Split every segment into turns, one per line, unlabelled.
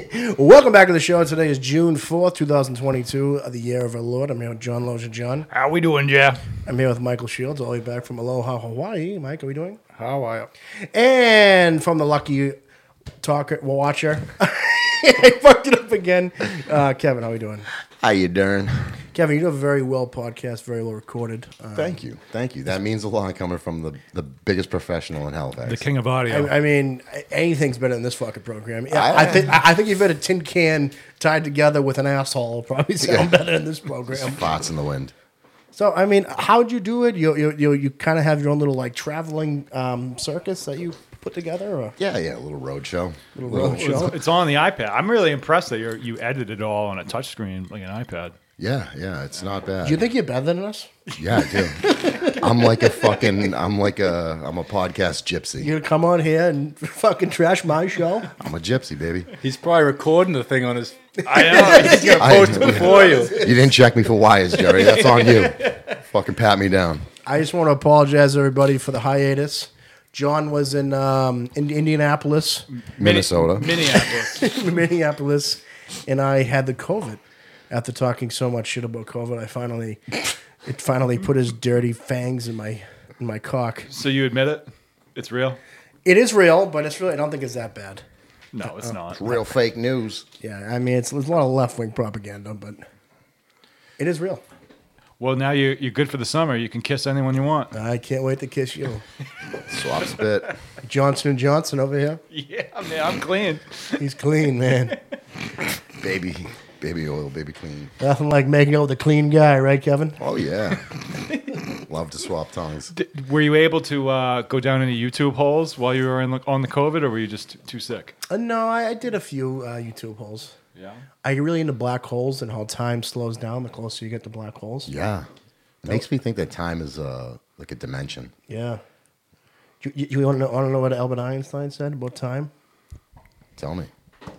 Well, welcome back to the show. Today is June 4th, 2022, of uh, the year of our Lord. I'm here with John Loja John.
How we doing, Jeff?
I'm here with Michael Shields, all the way back from Aloha, Hawaii. Mike, are we doing?
How are you?
And from the lucky talker, watcher. I fucked it up again. Uh, Kevin, how are we doing?
How you doing?
Kevin, you do a very well podcast, very well recorded. Uh,
Thank you, thank you. That means a lot coming from the, the biggest professional in Halifax.
The king of audio.
I, I mean, anything's better than this fucking program. Yeah, I, think I think you've had a tin can tied together with an asshole. will Probably sound better than this program.
Spots in the wind.
So, I mean, how'd you do it? You you you, you kind of have your own little like traveling um, circus that you put together. Or?
Yeah, yeah. A little road show. Little
road show.
it's, it's on the iPad. I'm really impressed that you you edited it all on a touchscreen like an iPad.
Yeah, yeah. It's not bad.
Do you think you're better than us?
yeah, I do. I'm like a fucking. I'm like a. I'm a podcast gypsy.
You're gonna come on here and fucking trash my show?
I'm a gypsy, baby.
He's probably recording the thing on his.
I know.
He's gonna
I-
post it before you.
You didn't check me for wires, Jerry. That's on you. Fucking pat me down.
I just want to apologize everybody for the hiatus. John was in um, in Indianapolis,
Minnesota.
Minneapolis.
Minneapolis, and I had the COVID. After talking so much shit about COVID, I finally it finally put his dirty fangs in my in my cock.
so you admit it? It's real?
It is real, but it's really I don't think it's that bad.
No, it's not.
Real fake news.
Yeah, I mean it's, it's a lot of left wing propaganda, but it is real.
Well, now you you're good for the summer. You can kiss anyone you want.
I can't wait to kiss you,
Swap spit.
Johnson and Johnson over here.
Yeah, man, I'm clean.
He's clean, man.
Baby. Baby oil. Baby clean.
Nothing like making out with a clean guy, right, Kevin?
Oh yeah. Love to swap tongues.
D- were you able to uh, go down any YouTube holes while you were in, on the COVID, or were you just t- too sick?
Uh, no, I, I did a few uh, YouTube holes.
Yeah.
I get really into black holes and how time slows down the closer you get to black holes.
Yeah. It makes me think that time is uh, like a dimension.
Yeah. You, you, you want to know, wanna know what Albert Einstein said about time?
Tell me.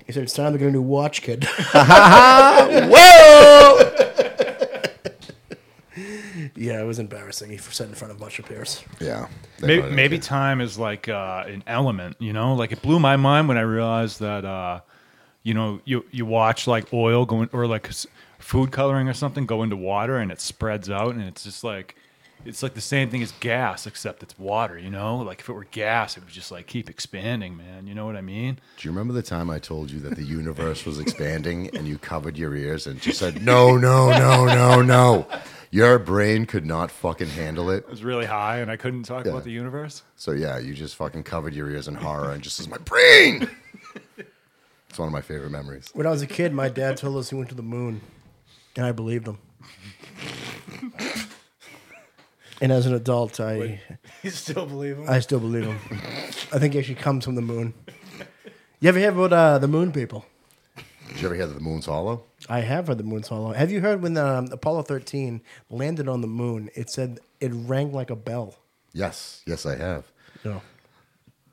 He said, it's time to get a new watch, kid.
Whoa!
yeah, it was embarrassing. He said in front of a bunch of peers.
yeah.
Maybe, maybe time is like uh, an element, you know. Like it blew my mind when I realized that, uh, you know, you you watch like oil going or like s- food coloring or something go into water and it spreads out and it's just like it's like the same thing as gas except it's water, you know. Like if it were gas, it would just like keep expanding, man. You know what I mean?
Do you remember the time I told you that the universe was expanding and you covered your ears and just said, no, no, no, no, no? Your brain could not fucking handle it.
It was really high and I couldn't talk
Yeah.
about the universe.
So, yeah, you just fucking covered your ears in horror and just says, my brain! It's one of my favorite memories.
When I was a kid, my dad told us he went to the moon, and I believed him. and as an adult, I.
You still believe him?
I still believe him. I think he actually comes from the moon. You ever hear about uh, the moon people?
Did you ever hear that the moon's hollow?
I have heard the moon's hollow. Have you heard when um, Apollo 13 landed on the moon? It said it rang like a bell.
Yes, yes, I have.
No.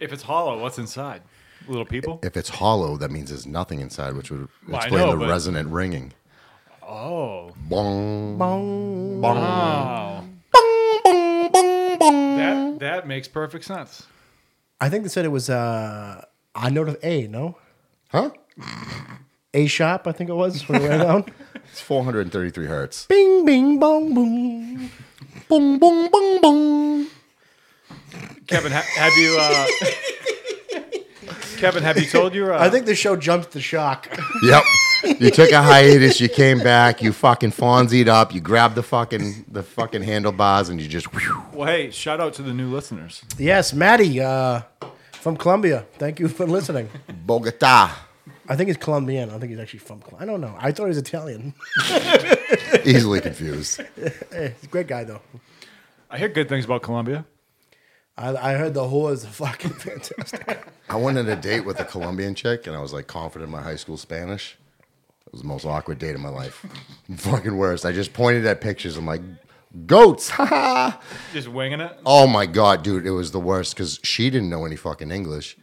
If it's hollow, what's inside? Little people?
If it's hollow, that means there's nothing inside, which would
Well, I
explain
know,
the
but-
resonant ringing.
Oh,
Bong.
Bong.
wow. That that makes perfect sense.
I think they said it was uh, a note of A, no?
Huh?
A sharp, I think it was, when it went down.
It's 433 hertz.
Bing, bing, bong, boom.
Boom, boom, boom, boom.
Kevin, ha- have you? Uh,
uh,
Kevin, have you told your? Uh,
I think the show jumped the shark.
Yep. You took a hiatus, you came back, you fucking fonzied up, you grabbed the fucking the fucking handlebars and you just whew.
Well, hey, shout out to the new listeners.
yes, Maddie uh, from Colombia. Thank you for listening.
Bogota.
I think he's Colombian. I don't think he's actually from. Col- I don't know. I thought he was Italian.
Easily confused.
He's a great guy though.
I hear good things about Columbia.
I, I heard the whore is fucking fantastic.
I went on a date with a Colombian chick and I was like confident in my high school Spanish. It was the most awkward date of my life. fucking worst. I just pointed at pictures. I'm like, goats. Ha ha.
Just winging it.
Oh my god, dude, it was the worst because she didn't know any fucking English.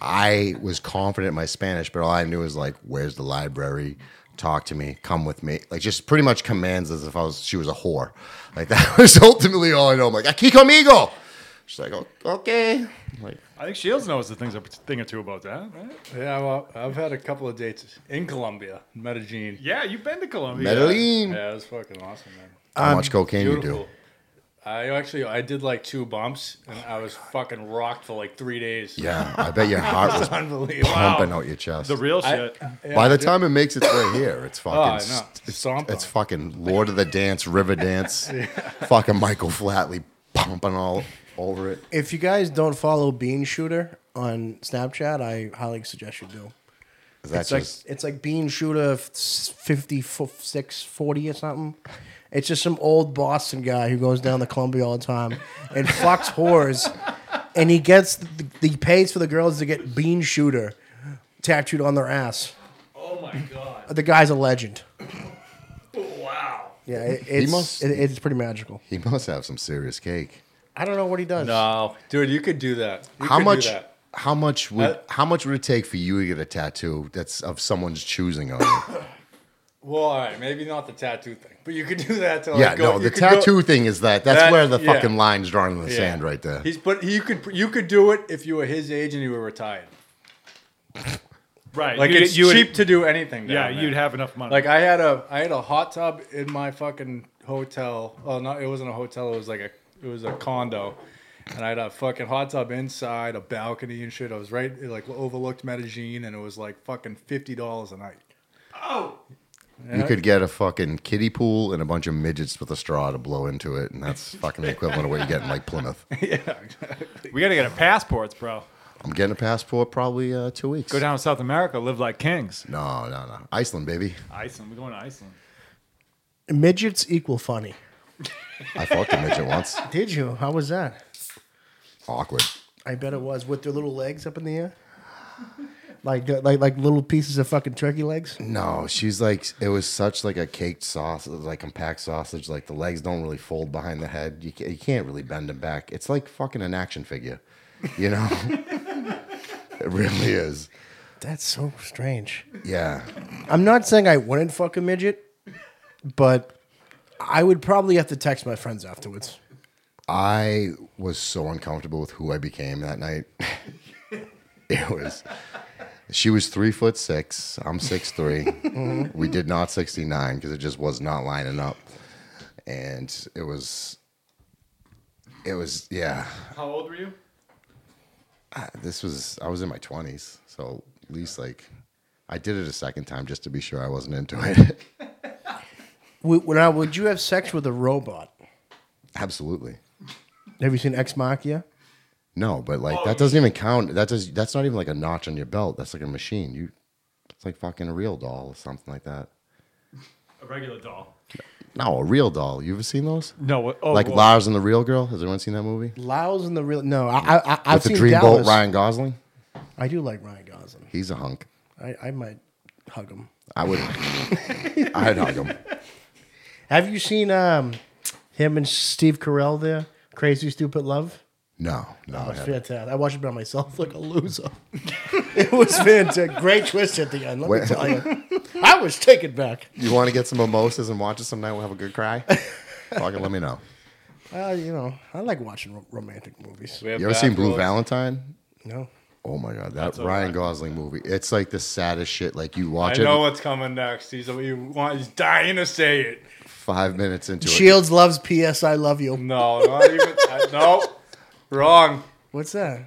I was confident in my Spanish, but all I knew was like, "Where's the library? Talk to me. Come with me." Like just pretty much commands as if I was she was a whore. Like that was ultimately all I know. I'm like, "Aquí conmigo." She's like, "Oh, okay. I'm like,
I think Shields knows the things a thing or two about that. Right?
Yeah, well, I've had a couple of dates in Colombia, Medellin.
Yeah, you've been to Colombia.
Medellin.
Yeah, it was fucking awesome, man.
How much cocaine you do?
Beautiful. I actually I did like two bumps and I was fucking rocked for like three days.
Yeah, I bet your heart was
Unbelievable.
pumping out your chest.
The real
I-
shit.
yeah,
By the
I did-
time it makes its way here, it's fucking,
I know.
st-
It's
it's,
stomped
it's
on.
fucking Lord of the Dance, River Dance, fucking Michael Flatley pumping all over it.
If you guys don't follow Bean Shooter on Snapchat, I highly suggest you do.
Is that
It's like
just
it's like Bean Shooter f- 56, 40 or something. It's just some old Boston guy who goes down to Columbia all the time and fucks whores, and he gets the, he pays for the girls to get Bean Shooter tattooed on their ass.
Oh my god!
The guy's a legend.
Wow.
Yeah, it, it's
must-
it, it's pretty magical.
he must have some serious cake.
I don't know what he does.
No, Oh, dude, you could do that. You
how
could do
much?
that.
How much would
Uh,
how much would it take for you to get a tattoo that's of someone's choosing on you?
Well, all right, maybe not the tattoo thing, but you could do that to like
yeah,
go,
no,
you
the
could go-
tattoo thing is that that's
That-
where the
yeah.
fucking line's drawn in the
Yeah.
sand right there.
He's but you could you could do it if you were his age and you were retired.
Right.
Like
You'd-
it's
you would-
cheap to do anything.
yeah,
down there.
you'd have enough money.
Like I had a I had a hot tub in my fucking hotel. Oh no, it wasn't a hotel. It was like a it was a condo, and I had a fucking hot tub inside, a balcony and shit. I was right it like overlooked Medellin, and it was like fucking fifty dollars a night.
You could get a fucking kiddie pool and a bunch of midgets with a straw to blow into it, and that's fucking the equivalent of what you get in like Plymouth.
we gotta get our passports, bro.
I'm getting a passport probably uh, two weeks.
Go down to South America, live like kings.
No, no, no. Iceland, baby.
Iceland. We're going to Iceland.
Midgets equal funny.
I fucked a midget once.
Did you? How was that?
Awkward.
I bet it was with their little legs up in the air, like uh, like like little pieces of fucking turkey legs.
No, she's like it was such like a caked sausage, like compact sausage. Like the legs don't really fold behind the head. You can't, you can't really bend them back. It's like fucking an action figure, you know. it really is.
That's so strange.
Yeah,
I'm not saying I wouldn't fuck a midget, but I would probably have to text my friends afterwards.
I was so uncomfortable with who I became that night. it was. She was three foot six. I'm six three. We did not sixty nine because it just was not lining up, and it was. It was yeah.
How old were you?
This was I was in my twenties, so at least like, I did it a second time just to be sure I wasn't into it.
Would, now, would you have sex with a robot?
Absolutely.
Have you seen Ex Machina?
No, but like that doesn't even count. That does. That's not even like a notch on your belt. That's like a machine. You, it's like fucking a real doll or something like that.
A regular doll.
No, a real doll. You ever seen those?
No. what- Oh,
like
well,
Lars and the Real Girl. Has anyone seen that movie?
Laos and the real no, I, I, I I've
With the
seen
Dreamboat
Dallas.
Ryan Gosling.
I do like Ryan Gosling.
He's a hunk.
I, I might hug him.
I would. I'd hug him.
Have you seen um him and Steve Carell there? Crazy Stupid Love.
No, no. I
It was
haven't.
fantastic. I watched it by myself like a loser. it was fantastic. Great twist at the end. Let
Wait.
me tell you. I was taken back.
you want to get some mimosas and watch it some night? We'll have a good cry. fucking let me know.
Uh, you know, I like watching ro- romantic movies.
We have
You ever seen Blue
bathrobe.
Valentine?
No.
Oh my god, that Ryan Gosling movie. It's like the saddest shit. Like you
I
watch
know
it
what's coming next. He's you want he's dying to say it.
five minutes into it.
Shields loves P.S. I love you.
No, not even I, no, wrong.
What's that?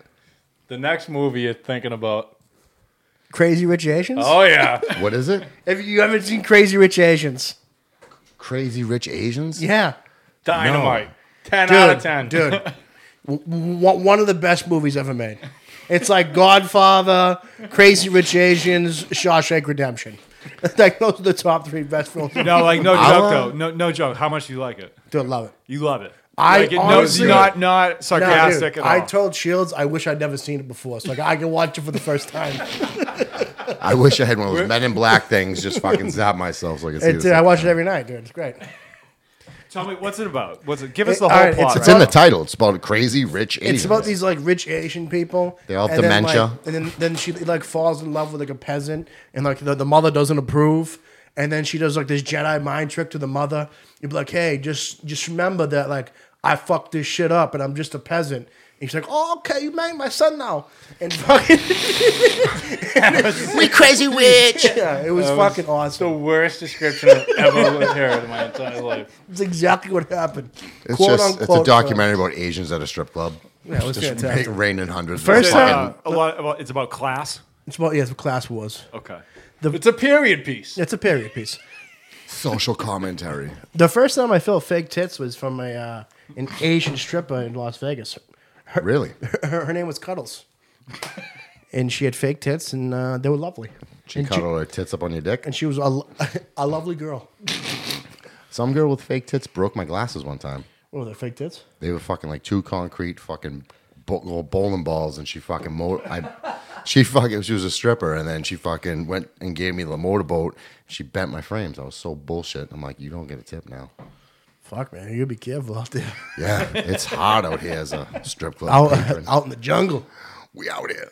The next movie you're thinking about.
Crazy Rich Asians.
Oh yeah,
What is it?
If you haven't seen Crazy Rich Asians,
Crazy Rich Asians?
yeah,
dynamite. Ten
dude,
out of ten.
dude, W- w- one of the best movies ever made. It's like Godfather, Crazy Rich Asians, Shawshank Redemption. like those are the top three best films.
No, like no
I'll,
joke
uh,
though. No, no joke. How much do you like it?
Dude, love it.
You love it.
I
like it,
honestly-
no, not not
No,
sarcastic
dude,
at all.
I told Shields I wish I'd never seen it before, so like I can watch it for the first time.
I wish I had one of those Men in Black things. Just fucking zap myself so I could see
Hey,
this.
dude, I watch it every night, dude. It's great.
Tell me what's it about? What's it? Give us
It-
the
all
whole
right,
plot.
it's in the title. It's about crazy rich Asians.
It's about these like rich Asian people.
They all have
and then,
dementia.
like- and then then she like falls in love with like a peasant, and like the, the mother doesn't approve. And then she does like this Jedi mind trick to the mother. You'd be like, hey, just just remember that like I fucked this shit up, and I'm just a peasant. he's like, "Oh, okay, you married my son now." And fucking
We crazy witch.
yeah, it was
was
fucking awesome.
The worst description I've ever heard in my entire life.
It's exactly what happened.
It's
Quote,
just it's a
unquote, uh,
documentary about Asians at a strip club.
Yeah, it was
just
fantastic.
ra- raining hundreds.
First uh,
of
time-
fucking-
a lot about, it's about class.
It's about yeah, it's what class was.
Okay.
It's a period piece.
It's a period piece.
social commentary.
The first time I felt fake tits was from a uh, an Asian stripper in Las Vegas.
Really?
Her, her name was Cuddles, and she had fake tits, and uh, they were lovely.
She
and,
cuddled her tits up on your dick.
and she was a, lo- a lovely girl.
Some girl with fake tits broke my glasses one time.
Oh, they're fake tits.
They were fucking like two concrete fucking bo- little bowling balls, and she fucking mo. I, she fucking she was a stripper, and then she fucking went and gave me the motorboat. She bent my frames. I was so bullshit. I'm like, you don't get a tip now.
Fuck man, you be careful out there,
Yeah, it's hot out here as a strip club.
out,
patron.
out in the jungle.
we out here.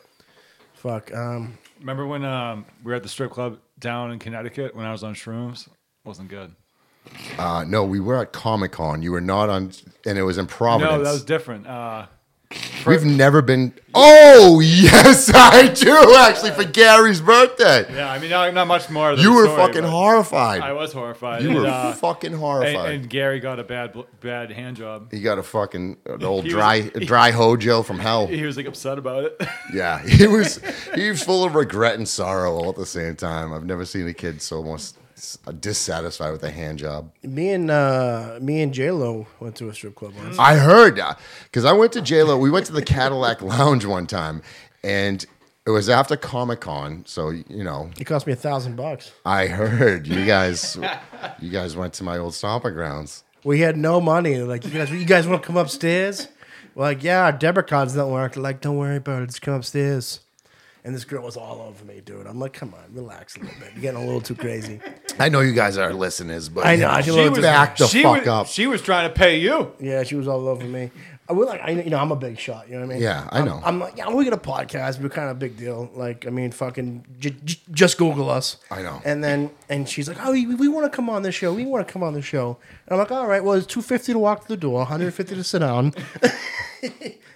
Fuck. Um,
Remember when um, we were at the strip club down in Connecticut when I was on shrooms? Wasn't good.
Uh, no, we were at Comic Con. You were not on, and it was in Providence.
No, that was different. Uh,
We've never been. Oh yes, I do actually for Gary's birthday.
yeah, I mean, not, not much more. Of the
You were
story,
fucking
but
horrified.
I was horrified.
You
and,
were
uh,
fucking
and,
horrified.
and Gary got a bad bl- bad hand job.
he got a fucking an old
He was-
dry dry hojo from hell.
He was like upset about it.
Yeah, he was he was full of regret and sorrow all at the same time. I've never seen a kid so almost dissatisfied with a hand job.
me and uh, me and J Lo went to a strip club once.
I heard because I went to JLo. We went to the Cadillac Lounge one time, and it was after Comic Con. So you know,
It cost me a thousand bucks.
I heard you guys you guys went to my old stomping grounds.
We had no money. They're Like, you guys, you guys want to come upstairs? We're like, yeah, our debit cards don't work. They're like, don't worry about it. Just come upstairs. And this girl was all over me, dude. I'm like, come on, relax a little bit. You're getting a little too crazy.
I know you guys are listeners, but
I know, I feel She like- was-
back the
she
fuck
was,
up.
She was trying to pay you.
Yeah, she was all over me. I we like, I you know, I'm a big shot. You know what I mean?
Yeah, I
I'm-
know.
I'm, like, yeah, we get a podcast. We're kind of a big deal. Like, I mean, fucking, j- j- just Google us.
I know.
And then, and she's like, oh, we, we want to come on this show. We want to come on the show. And I'm like, all right, well, it's two fifty to walk to the door, hundred fifty to sit down.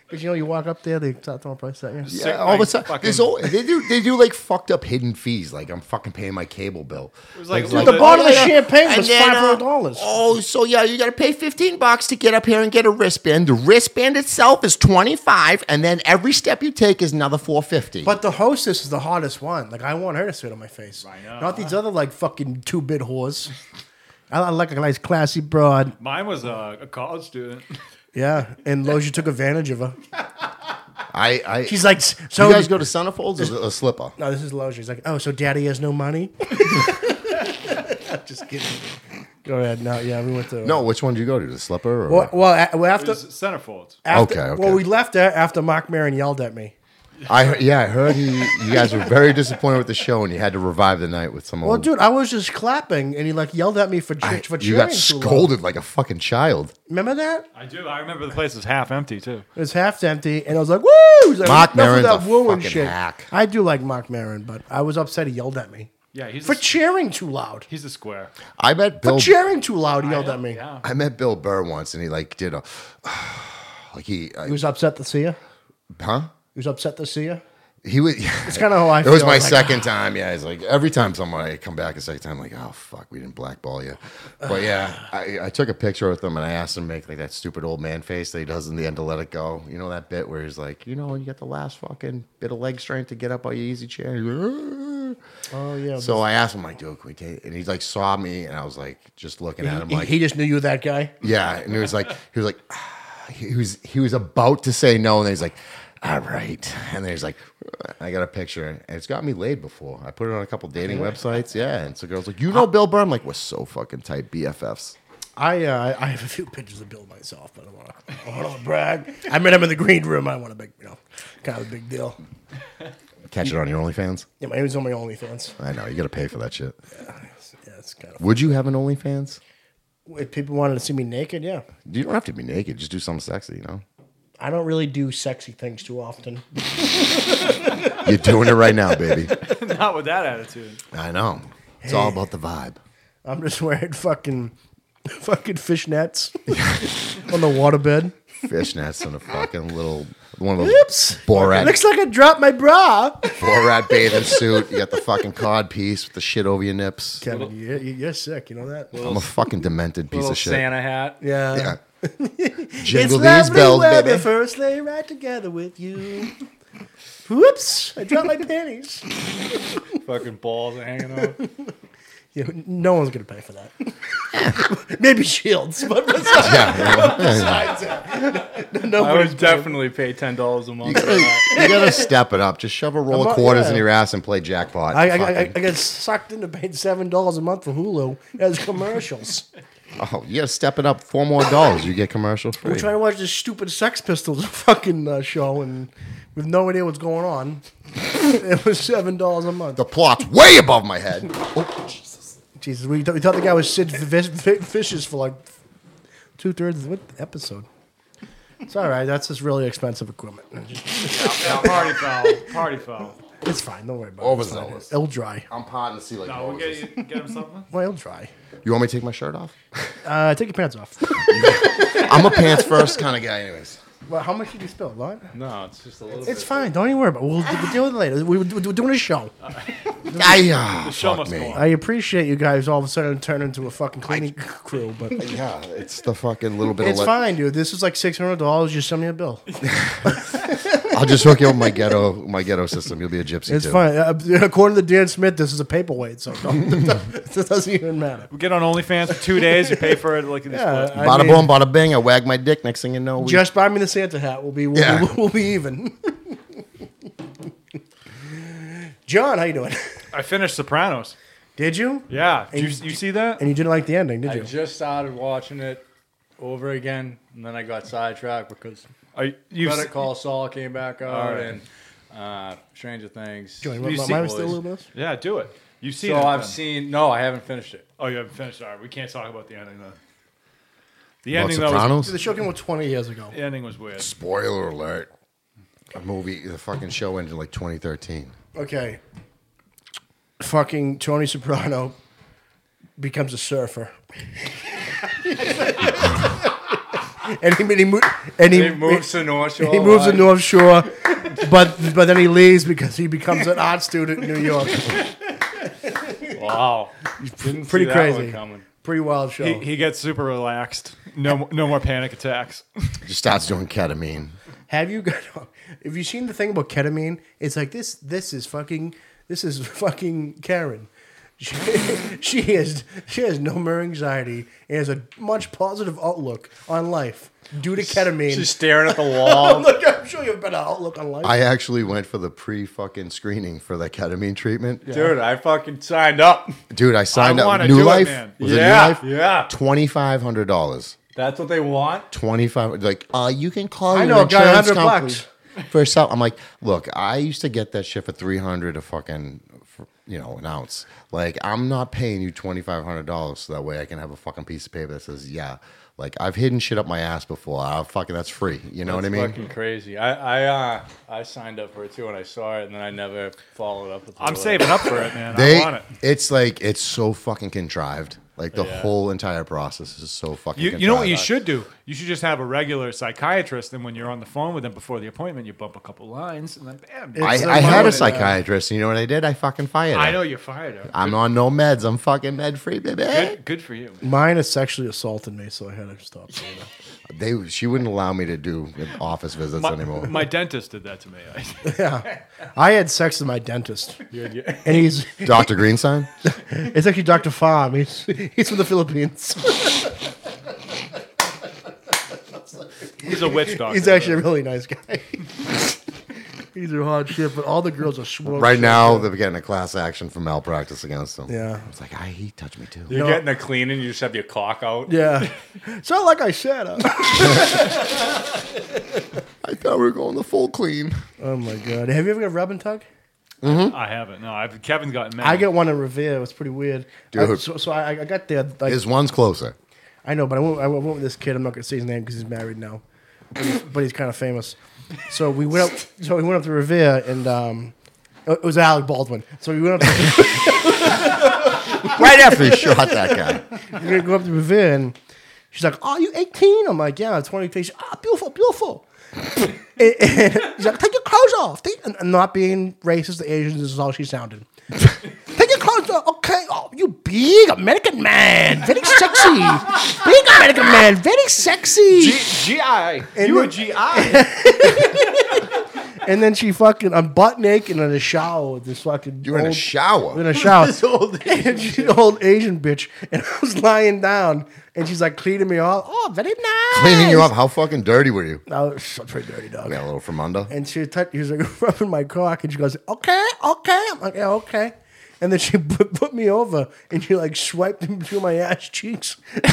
Because you know, you walk up there, they start throwing price at you.
Yeah,
Sick,
all of a
like,
sudden,
fucking-
there's al- they do they do like fucked up hidden fees. Like I'm fucking paying my cable bill. It
was like-
Dude, the bottle of
yeah.
champagne
And
was
then,
five
uh,
hundred dollars.
Oh, so yeah, you got to pay 15 bucks to get up here and get a wristband. The wristband itself is 25 and then every step you take is another 450.
But the hostess is the hottest one. Like I want her to sit on my face. Not these other like fucking two bit whores. I I like a nice classy broad.
Mine was uh, a college student.
Yeah, and Loja took advantage of her.
I I
She's like, so
you guys go to Centerfolds or a slipper?
No, this is Loja. She's like, oh, so Daddy has no money. Just kidding. Go ahead. No, yeah, we went to
No, which one did you go to? The slipper or
Well, well, a- well,
It
after,
was centerfold.
after
Okay, Oh. okay.
well, we left there after Mark Maron yelled at me.
I heard- yeah, I heard he, you guys were very disappointed with the show, and you had to revive the night with some
Well,
old.
dude, I was just clapping, and he like yelled at me for ch- for cheering.
you got uh,
too loud.
scolded like a fucking child.
Remember that?
I do. I remember the place was half empty too.
It was half empty, and I was like, "Woo!" He's like, "Enough
Mark
of
Maron's
that
a
woo and
fucking hack.
I do like Mark Maron, but I was upset he yelled at me
Yeah, he's
for
a,
cheering too loud.
he's a square.
I met
For
Bill.
cheering too loud, he yelled at me.
Yeah.
I met Bill Burr once, and he like did a like he uh,
He was upset to see you.
huh.
He was upset to see you.
He was.
It's kind of how I.
It was
feel.
my
Like,
second time. Yeah, it's like every time someone I come back a second time, like oh fuck, we didn't blackball you. But yeah, I, I took a picture with him and I asked him to make like that stupid old man face that he does in the end to let it go. You know that bit where he's like, you know, when you get the last fucking bit of leg strength to get up on your easy chair. he's like, "Ah."
Oh yeah.
So I asked him like, dude, can we take? And he like saw me and I was like, just looking at him
he,
like,
he just knew you were that guy.
yeah. And he was like, he was like, "Ah." he was he was about to say no, and then he's like, all right. And then he's like, I got a picture, and it's got me laid before. I put it on a couple dating websites, yeah. And so girls like, you know Bill Burr? I'm like, we're so fucking tight BFFs.
I uh, I have a few pictures of Bill myself, but I want to I want to brag. I met him in the green room. I want a big, you know, kind of a big deal.
Catch it on your OnlyFans.
Yeah, my name's on my OnlyFans.
I know you got to pay for that shit.
Yeah, it's kind of.
Would you have an OnlyFans?
If people wanted to see me naked, yeah.
You don't have to be naked. Just do something sexy, you know.
I don't really do sexy things too often.
You're doing it right now, baby.
Not with that attitude.
I know. It's all about the vibe.
I'm just wearing fucking fucking fishnets on the waterbed.
fishnets and a fucking little one of those
Oops.
Borat
Looks like I dropped my bra.
Borat bathing suit. You got the fucking cod piece with the shit over your nips.
Kevin, you- you- you're sick. You know that?
I'm a fucking demented piece
Little
of shit.
Santa hat.
Yeah.
Yeah.
It's
Jingle these
lovely
bells,
weather
baby.
for a sleigh ride together with you. Whoops! I dropped my panties.
Fucking balls hanging out.
Yeah, no one's gonna pay for that. Maybe Shields, but besides,
Yeah, you know.
that, no-
I
nobody's
would
paying.
definitely pay ten dollars a month.
You
for that.
gotta, you gotta step it up. Just shove a roll
I'm
of
not-
quarters in
yeah.
your ass and play jackpot.
I, I, I, I
Fucking-
got sucked into paying seven dollars a month for Hulu as commercials.
oh, you gotta step it up. Four more dollars, you get commercial free.
We're trying to watch this stupid Sex Pistols fucking uh, show, and with no idea what's going on, it was seven dollars a month.
the plot's way above my head.
Jesus, we, th- we thought the guy was Sid Fish, Fishes for like two thirds of the episode. It's all right. That's just really expensive equipment.
party foul. Party foul.
It's fine. Don't worry about it.
Overzealous.
It'll dry.
I'm potting to see like.
No, we get, get him something.
Well, it'll dry.
you want me to take my shirt off?
Uh, take your pants off.
I'm a pants first kind of guy, anyways.
well, how much did you spill? A lot?
no, it's just a little.
It's fine. Don't even worry about it. We'll, we'll deal with it later. We, we're, we're doing a show.
I, ah,
show
fuck
must
me.
go on.
I appreciate you guys all of a sudden turn into a fucking cleaning crew, but
Yeah, it's the fucking little bit
it's
of.
fine, dude. This is like six hundred dollars. Just send me a bill.
I'll just hook you up with my ghetto, my ghetto system. You'll be a gypsy
It's
too.
fine. Uh, according to Dan Smith, this is a paperweight, so it doesn't even matter.
We get on OnlyFans for two days. You pay for it like in this
Yeah, I
Bada
mean,
boom, bada bing. I wag my dick. Next thing you know, we
Just buy me the Santa hat. We'll be we'll,
Yeah.
we'll, be even. John, how you doing?
I finished Sopranos.
Did you?
Yeah. Did you,
And-
you see that?
And you didn't like the ending, did
I
you?
just started watching it over again, and then I got sidetracked because
Are you, you've
Better
se-
Call Saul came back out,
right.
and uh, Stranger Things.
Joey,
So
want
you
my-
see-
mine was still a little bit?
Yeah, do it. You've seen it.
I've
then.
seen. No, I haven't finished it.
Oh, you haven't finished. All right, we can't talk about the ending then. The
About
ending though. Was,
Sopranos?
The show came out 20 years ago.
the ending was weird.
Spoiler alert. A movie, the fucking show ended like 2013.
Okay. Fucking Tony Soprano becomes a surfer. and he, and he, mo- and he,
He moves to North Shore.
He moves to
like,
North Shore, but but then he leaves because he becomes an art student in New York.
Wow, didn't
pretty
see That
crazy.
one coming.
Pretty wild show.
He, he gets super relaxed. No, no more panic attacks.
Just starts doing ketamine.
Have you got? Have you seen the thing about ketamine? It's like this. This is fucking. This is fucking Karen. She, she has she has no more anxiety and has a much positive outlook on life due to ketamine.
She's staring at the wall.
Look, I'm sure you have a better outlook on life.
I actually went for the pre fucking screening for that ketamine treatment.
Dude, I fucking signed up.
Dude, I signed
I
up.
wanna
New
do it,
Life?
man.
Was
yeah,
it New Life?
yeah.
$2,500.
That's what they want.
25 Like, uh, you can call
I
your
know a guy,
insurance
100
company
bucks.
for some. I'm like, look, I used to get that shit for 300 a fucking, for, you know, an ounce. Like, I'm not paying you $2,500 so that way I can have a fucking piece of paper that says, yeah. Like, I've hidden shit up my ass before. I fucking, that's free. You know
It's
what I mean?
fucking crazy. I I uh, I signed up for it too, and I saw it, and then I never followed up with. the
I'm
letter.
saving up for it, man.
They,
I want it.
it's like it's so fucking contrived. Like the whole entire process is so fucking.
You,
contrived.
you know what you should do? You should just have a regular psychiatrist, and when you're on the phone with them before the appointment, you bump a couple lines, and then bam. you're
I,
It's
done.
a
I had a
moment,
psychiatrist. and You know what I did? I fucking fired.
uh, I
I
know you're fired up.
I'm on no meds. I'm fucking med free, baby.
Good, good for you.
Mine has sexually assaulted me, so I had to stop. doing that.
They she wouldn't allow me to do office visits
My,
anymore.
my dentist did that to me. I-
Yeah, I had sex with my dentist,
yeah.
and he's
Doctor Greensign.
it's actually Dr. Farm. He's he's from the Philippines.
He's a witch doctor.
He's actually a really nice guy. He's a hot shit, but all the girls are swole.
Right now, they're getting a class action for malpractice against them.
Yeah.
it's like I he touched me too.
You're getting a clean, and you just have your cock out.
Yeah. It's not like I said. uh.
I thought we were going the full clean.
oh my god. Have you ever got a rub and tug?
I haven't. No, I've, Kevin's gotten mad.
I got one in Revere. It's pretty weird. I-
Dude.
so so I, I got there. Like,
His one's closer.
I know, but I went, I went with this kid. I'm not going to say his name because he's married now, but he's, but he's kind of famous. So we went up. So we went up to Revere, and um, it was Alec Baldwin. So we went up. To,
Right after he shot that guy,
we were gonna go up to Revere and She's like, "Are you 18?" I'm like, "Yeah, 23." She's, "Ah, beautiful, beautiful." and, and she's like, "Take your clothes off." Take, and, and not being racist to Asians this is all she sounded. Take your clothes off. Okay. Oh, you big American man, very sexy. big American man, very sexy.
GI. You a GI.
and then she fucking, I'm butt naked in a shower. With this fucking.
You're in a
old-
shower.
In a shower.
old
and she's an old Asian bitch, and I was lying down, and she's like cleaning me off. Oh, very nice.
Cleaning you up. How fucking dirty were you?
I was so pretty dirty, dog.
Got a little from under.
And she touched, she was like rubbing my cock, and she goes, "Okay, okay." I'm like, "Yeah, okay." And then she put, put me over, and she like swiped him through my ass cheeks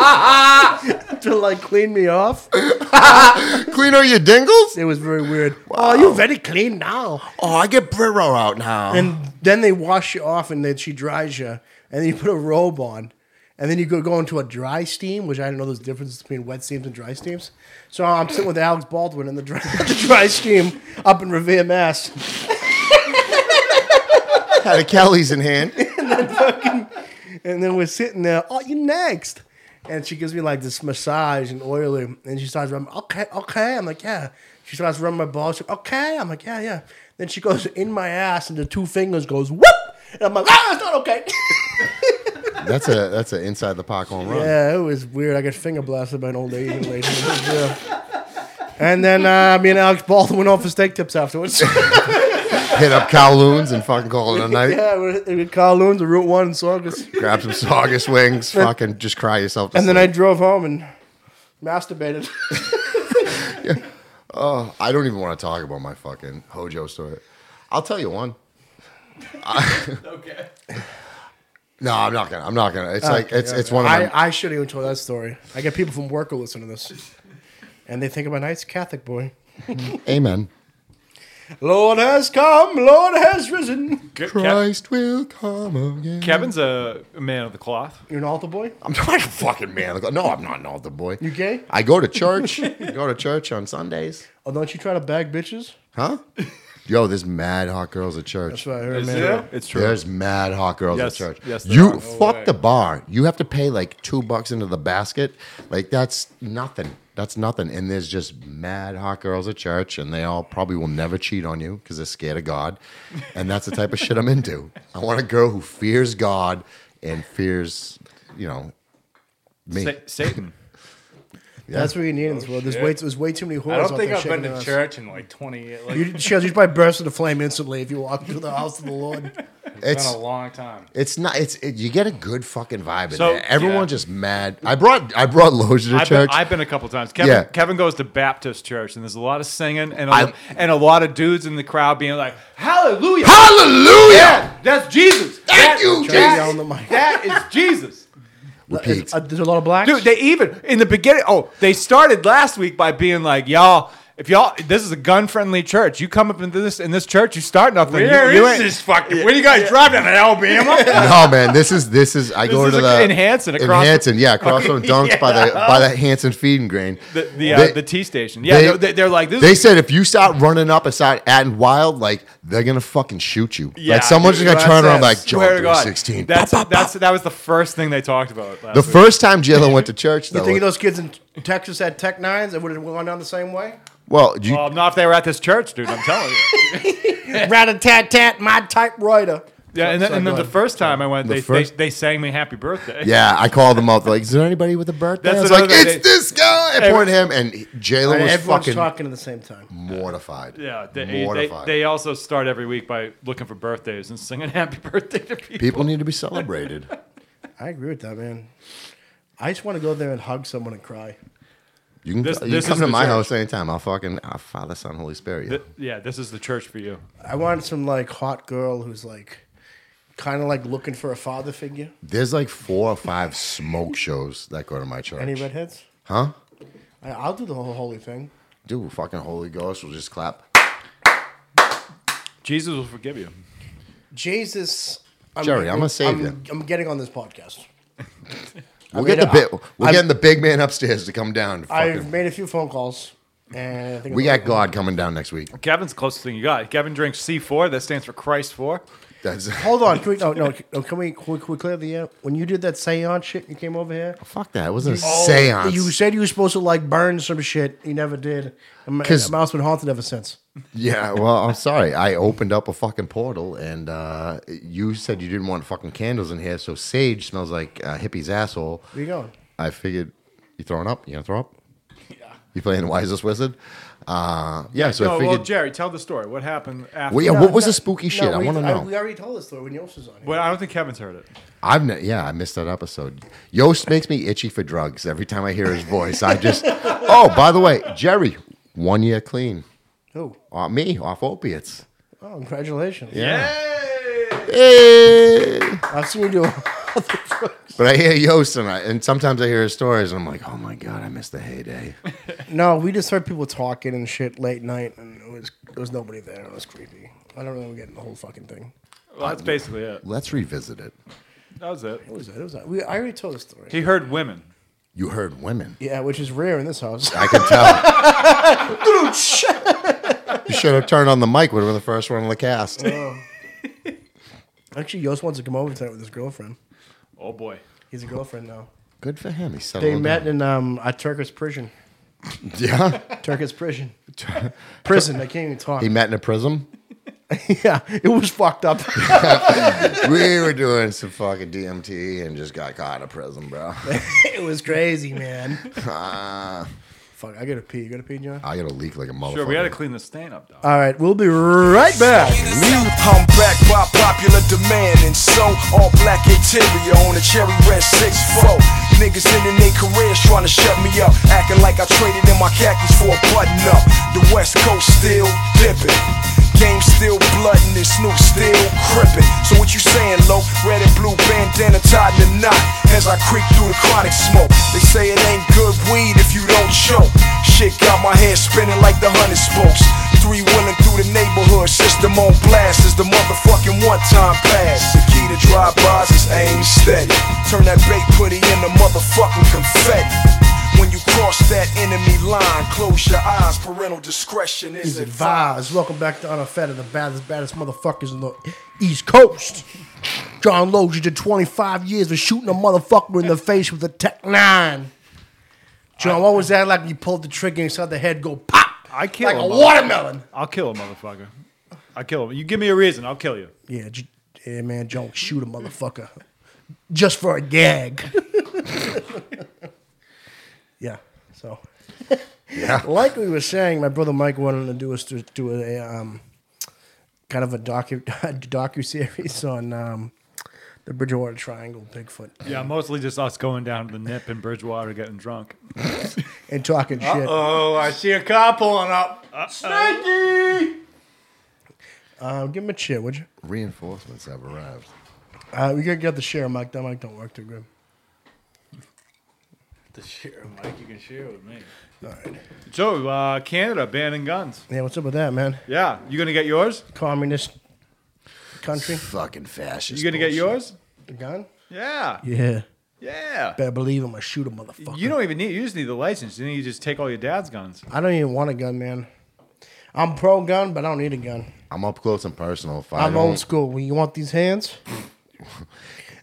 to like clean me off.
Clean out your dingles?
It was very weird. Oh, you're very clean now.
Oh, I get Brero out now.
And then they wash you off, and then she dries you, and then you put a robe on, and then you go go into a dry steam, which I didn't know there's a difference between wet steams and dry steams. So I'm sitting with Alex Baldwin in the dry, the dry steam up in Revere, Mass.
Had a Kelly's in hand.
And then we're sitting there, oh, you next. And she gives me like this massage and oily. And she starts rubbing, okay, okay. I'm like, yeah. She starts rubbing my balls. She's like, okay. I'm like, yeah, yeah. Then she goes in my ass and the two fingers goes whoop. And I'm like, ah, it's not okay.
That's a that's an inside the park home run.
yeah, it was weird. I got finger blasted by an old Asian lady. It was, uh, And then uh, me and Alex Baldwin went off for steak tips afterwards.
Hit up Kowloon's and fucking call it a night.
yeah, we're, we Kowloon to Route 1 in Saugus.
Grab some saugus wings. Fucking just cry yourself to
And then I
sleep.
drove home and masturbated.
Oh, I don't even want to talk about my fucking Hojo story. I'll tell you one.
okay.
No, I'm not gonna. I'm not gonna. It's like it's it's
Oh,
one of my.
I, I shouldn't even tell that story. I get people from work who listen to this. And they think I'm a nice Catholic boy.
amen.
Lord has come, Lord has risen.
Christ will come again.
Kevin's a man of the cloth.
You're an altar boy?
I'm not a fucking man. of God. No, I'm not an altar boy.
You gay?
I go to church. I go to church on Sundays.
Oh, don't you try to bag bitches?
Huh? Yo, there's mad hot girls at
That's
church.
what I heard,
Is
man.
there? It's true.
There's mad hot girls
Yes,
at church.
yes, there
you
are. No
fuck
way.
the bar. You have to pay like two bucks into the basket. Like that's nothing. That's nothing. And there's just mad hot girls at church, and they all probably will never cheat on you because they're scared of God. And that's the type of shit I'm into. I want a girl who fears God and fears, you know, me.
Sa- Satan.
That's what you need in this world. There's
Oh, shit.
way, there's way too many whores.
I
out
don't think
there
I've been
shaking
to
ass.
church in like 20 years. Like,
You, she goes, you'd probably burst into flame instantly if you walk through the house of the Lord.
it's
It's
been a long time.
It's not. It's it, you get a good fucking vibe in
So-
there. Everyone
yeah.
just mad. I brought I brought Loja to
I've been,
church.
I've been a couple times. Kevin,
Yeah.
Kevin goes to Baptist church, and there's a lot of singing and a,
I-
and a lot of dudes in the crowd being like, "Hallelujah!
Hallelujah!
That's Jesus!
Thank
That-
you,
Trying to
Yes.
yell
that-
in the mic.
that is Jesus!"
Repeat.
Uh, there's a lot of blacks.
Dude, they even in the beginning. Oh, they started last week by being like, "Y'all, if y'all, this is a gun-friendly church. You come up into this in this church, you start nothing.
Where
you, you
is
ain't-
this fucking? Where do you guys drive down in Alabama?
no man, this is this is. I go
is
to
like
the
in Hanson, across-
Uh, in Hanson, yeah, across from Dunks by the by that Hanson feeding grain.
The the, uh,
They-
the T station. Yeah,
they-
no, they, they're like this.
They
is-
said if you start running up and start acting wild, like they're gonna fucking shoot you.
yeah,
like someone's
dude,
just gonna turn
that's
around
it.
like John
Swear to God.
3:16.
That's that's that was the first thing they talked about. Last
The
week.
first time Jalen went to church, though,
you think those kids in Texas had Tech Nines? They would have gone down the same way?
well, you,
Well, not if they were at this church, dude. I'm telling you.
Rat a tat tat, my typewriter.
Yeah, and then, and then the first time I went,
The
they,
first-
they they sang me happy birthday.
Yeah, I called them up. Like, is there anybody with a birthday?
That's
I was like,
another thing.
it's this guy. I pointed him, and he- Jalen was
Everyone's
fucking
talking at the same time.
mortified.
Yeah, they, they,
mortified.
they also start every week by looking for birthdays and singing happy birthday to people.
People need to be celebrated.
I agree with that, man. I just want to go there and hug someone and cry.
You can,
This-
you
this
can come
is
to
the
my
church.
house anytime. I'll fucking I'll Father, Son, Holy Spirit. you.
Th- yeah, this is the church for you.
I want some like hot girl who's like kind of like looking for a father figure.
There's like four or five smoke shows that go to my church.
Any redheads?
Huh?
I, I'll do the whole holy thing.
Dude, fucking Holy Ghost will just clap.
Jesus will forgive you.
Jesus. I'm,
Jerry, I'm gonna save
I'm,
you.
I'm getting on this podcast.
We'll
made
get the
a-
bit. We're
I've-
getting the big man upstairs to come down. and
I've
Fucking,
made a few phone calls, and I think
we
I'm-
got God coming down next week.
Kevin's the closest thing you got. Kevin drinks C4. That stands for Christ 4.
That's
Hold on. Can we, oh, no, no, no, can we, can we, can we clear the air? When you did that seance shit, you came over here.
fuck that. It wasn't a seance.
You said you were supposed to like burn some shit. You never did. And my,
'Cause-
my house been haunted ever since.
Yeah, well, I'm sorry. I opened up a fucking portal, and uh, you said you didn't want fucking candles in here, so sage smells like a hippie's asshole.
Where you going?
I figured you throwing up. You gonna throw up? Yeah. You playing Wisest Wizard? Uh, yeah. So I
No, Oh, well,
figured.
Jerry, tell the story. What happened after?
Well, yeah,
No,
what was
no,
the spooky shit? I
we-
want to
We
know.
already told this story when Yost was on here.
But I don't think Kevin's heard it.
I, have ne- yeah, I missed that episode. Yost makes me itchy for drugs every time I hear his voice. I just. oh, by the way, Jerry, one year clean.
Who?
Uh, me off opiates.
Oh, congratulations.
Yay!
Hey!
I've seen you do
But I hear Yost and I, and sometimes I hear his stories, and I'm like, oh my god, I missed the heyday.
No, we just heard people talking and shit late night, and it was there was nobody there. It was creepy. I don't really get the whole fucking thing.
Well, that's basically it.
Let's revisit it.
That was it.
What was that? What was that? We, I already told the story.
He heard women.
You heard women.
yeah, which is rare in this house.
I can tell. you should have turned on the mic. Would have been the first one on the cast.
Actually, Yost wants to come over tonight with his girlfriend.
Oh boy.
He's a girlfriend now.
Good for him. He settled.
They met
down.
in um, a Turkish prison.
yeah.
Turkish prison. Prison. I can't even talk.
He met in a prism.
yeah, it was fucked up.
We were doing some fucking DMT and just got caught in a prism, bro.
it was crazy, man.
Ah.
Fuck, I gotta pee. You gotta pee, John?
I got to leak like a motherfucker.
Sure, we had to clean the stain up, dog.
All right, we'll be right back.
I'm back by popular demand and so all black interior on a cherry red 6-4. Niggas ending their careers trying to shut me up, acting like I traded in my khakis for a button up. The West Coast still dipping. Game still blooding and Snoop still crippin'. So what you saying, low? Red and blue bandana tied in a knot as I creep through the chronic smoke. They say it ain't good weed if you don't choke. Shit got my head spinning like the hundred spokes. Three wheeling through the neighborhood, system on blast as the motherfucking one time pass. The key to drive bys is aim steady. Turn that bait putty into motherfucking confetti. When you cross that enemy line, close your eyes. Parental discretion is
He's
advised.
advised. Welcome back to Unfettered, the baddest, baddest motherfuckers in the East Coast. John Logie did 25 years for shooting a motherfucker in the face with a Tech 9. John, what was that like when you pulled the trigger and saw the head go pop?
I kill
Like
a
a
mother-
watermelon.
I'll kill a motherfucker. I kill him. You give me a reason, I'll kill you.
Yeah, j- yeah, man, don't shoot a motherfucker just for a gag. yeah, so. like we were saying, my brother Mike wanted to do us to do a um, kind of a docu docu series on um, the Bridgewater Triangle, Bigfoot,
Yeah, mostly just us going down to the nip in Bridgewater getting drunk.
and talking shit.
Oh, I see a car pulling up.
Uh, give him a cheer, would you?
Reinforcements have arrived.
Uh, we gotta get the share, Mike. That mic don't work too good.
The share, Mike, you can share with me.
So, uh, Canada banning guns.
Yeah, what's up with that, man?
Yeah, you gonna get yours?
Communist country,
Fucking fascist.
You gonna get
bullshit.
yours?
the gun.
Yeah,
Yeah,
yeah.
better believe I'm gonna shoot a motherfucker.
You don't even need. You just need the license. Then you just take all your dad's guns.
I don't even want a gun, man. I'm pro gun, but I don't need a gun.
I'm up close and personal. If I
I'm old
don't-
school. When you want these hands,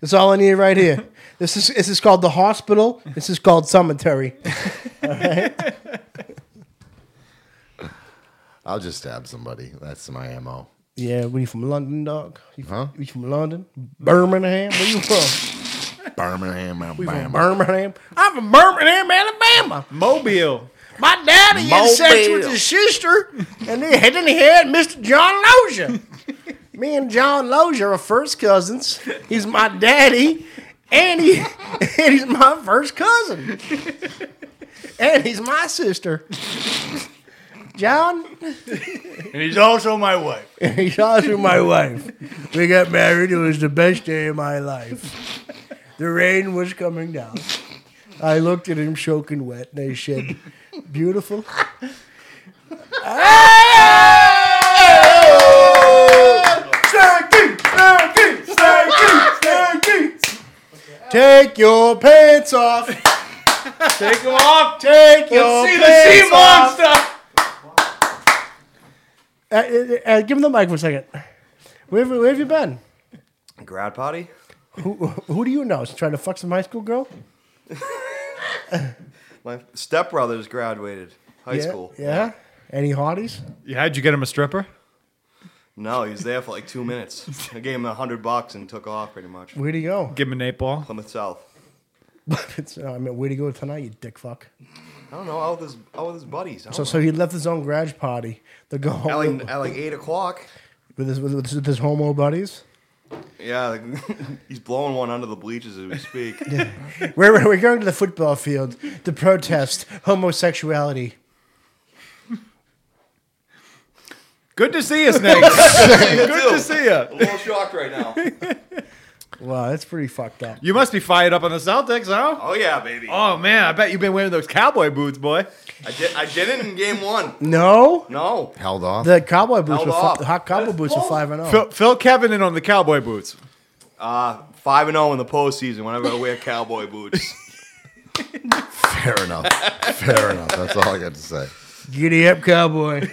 it's all I need right here. This is this is called the hospital. This is called cemetery.
I'll just stab somebody. That's my mo.
Yeah, where you from London, dog? You from,
Huh?
you from London? Birmingham? Where you from?
Birmingham,
You from
Alabama.
Birmingham? I'm from Birmingham, Alabama.
Mobile.
My daddy had sex with
Mobile.
his sister, and then, and then he had Mr. John Lozier. Me and John Lozier are first cousins. He's my daddy, and he and he's my first cousin, and he's my sister. John,
And he's also my wife.
he's also my wife. We got married. It was the best day of my life. The rain was coming down. I looked at him soaking wet, and I said, "Beautiful." Take your pants off.
Take him off. Take
Take your
Let's see the
pants
sea monster.
uh, off. Uh, uh, uh, give him the mic for a second. Where have, where have you been?
Grad party?
Who do you know? Is trying to fuck some high school girl?
My stepbrother's graduated high
yeah,
school.
Yeah. Any hotties?
Yeah, how'd you get him a stripper?
No, he was there for like two minutes. I gave him a hundred bucks and took off pretty much.
Where'd he go?
Give him an eight ball.
Plymouth South.
It's- I mean, where'd he go tonight? You dick fuck.
I don't know, all with his all with his buddies. I
So,
don't
so he left his own garage party to go
know.
home
At like, at like eight o'clock.
with his, with, his- with his homo buddies.
Yeah, like, he's blowing one under the bleachers as we speak.
We're, we're- we're going to the football field to protest homosexuality.
Good to see you, Snakes. Good to see you.
I'm a little shocked right now.
Wow, that's pretty fucked up.
You must be fired up on the Celtics, huh?
Oh yeah, baby.
Oh man, I bet you've been wearing those cowboy boots, boy.
I did I did it in game one.
No,
No.
Held off.
the cowboy boots
Held
were
off.
fu- the hot cowboy boots were five and oh. zero.
Phil, Phil Kevin in on the cowboy boots.
Uh five and oh in the postseason whenever I wear cowboy boots.
Fair enough. Fair enough. That's all I got to say.
Giddy up, cowboy.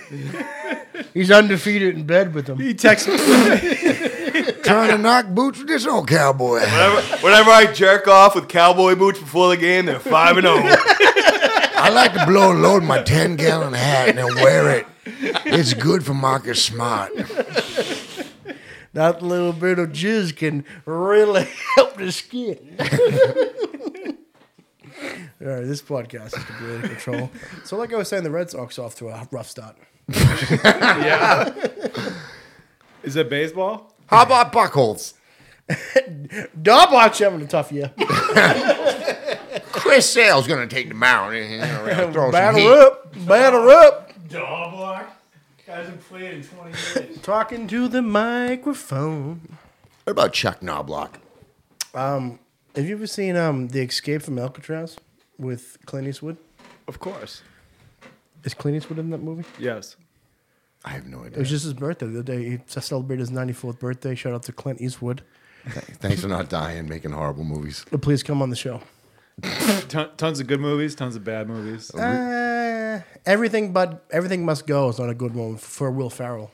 He's undefeated in bed with them.
He texts
Trying to knock boots with this old cowboy.
Whenever, whenever I jerk off with cowboy boots before the game, they're five and oh.
I like to blow load my 10 gallon hat and then wear it. It's good for Marcus Smart.
That little bit of jizz can really help the skin. All right, this podcast is completely out of control. So, like I was saying, the Red Sox off to a rough start.
Is it baseball?
How about Buckholz?
Darbach having a tough year.
Chris Sale's going to take the mound. He's gonna throw some
Batter
heat.
up, batter up.
Dog block. Hasn't played in 20 years.
Talking to the microphone.
What about Chuck Knobloch?
Have you ever seen um the Escape from Alcatraz with Clint Eastwood?
Of course.
Is Clint Eastwood in that movie?
Yes.
I have no
It
idea.
was just his birthday the other day. He just celebrated his 94th birthday. Shout out to Clint Eastwood.
Thanks for not dying, making horrible movies.
But please come on the show.
Ton- tons of good movies, tons of bad movies.
Uh, everything but everything must go is not a good one for Will Farrell.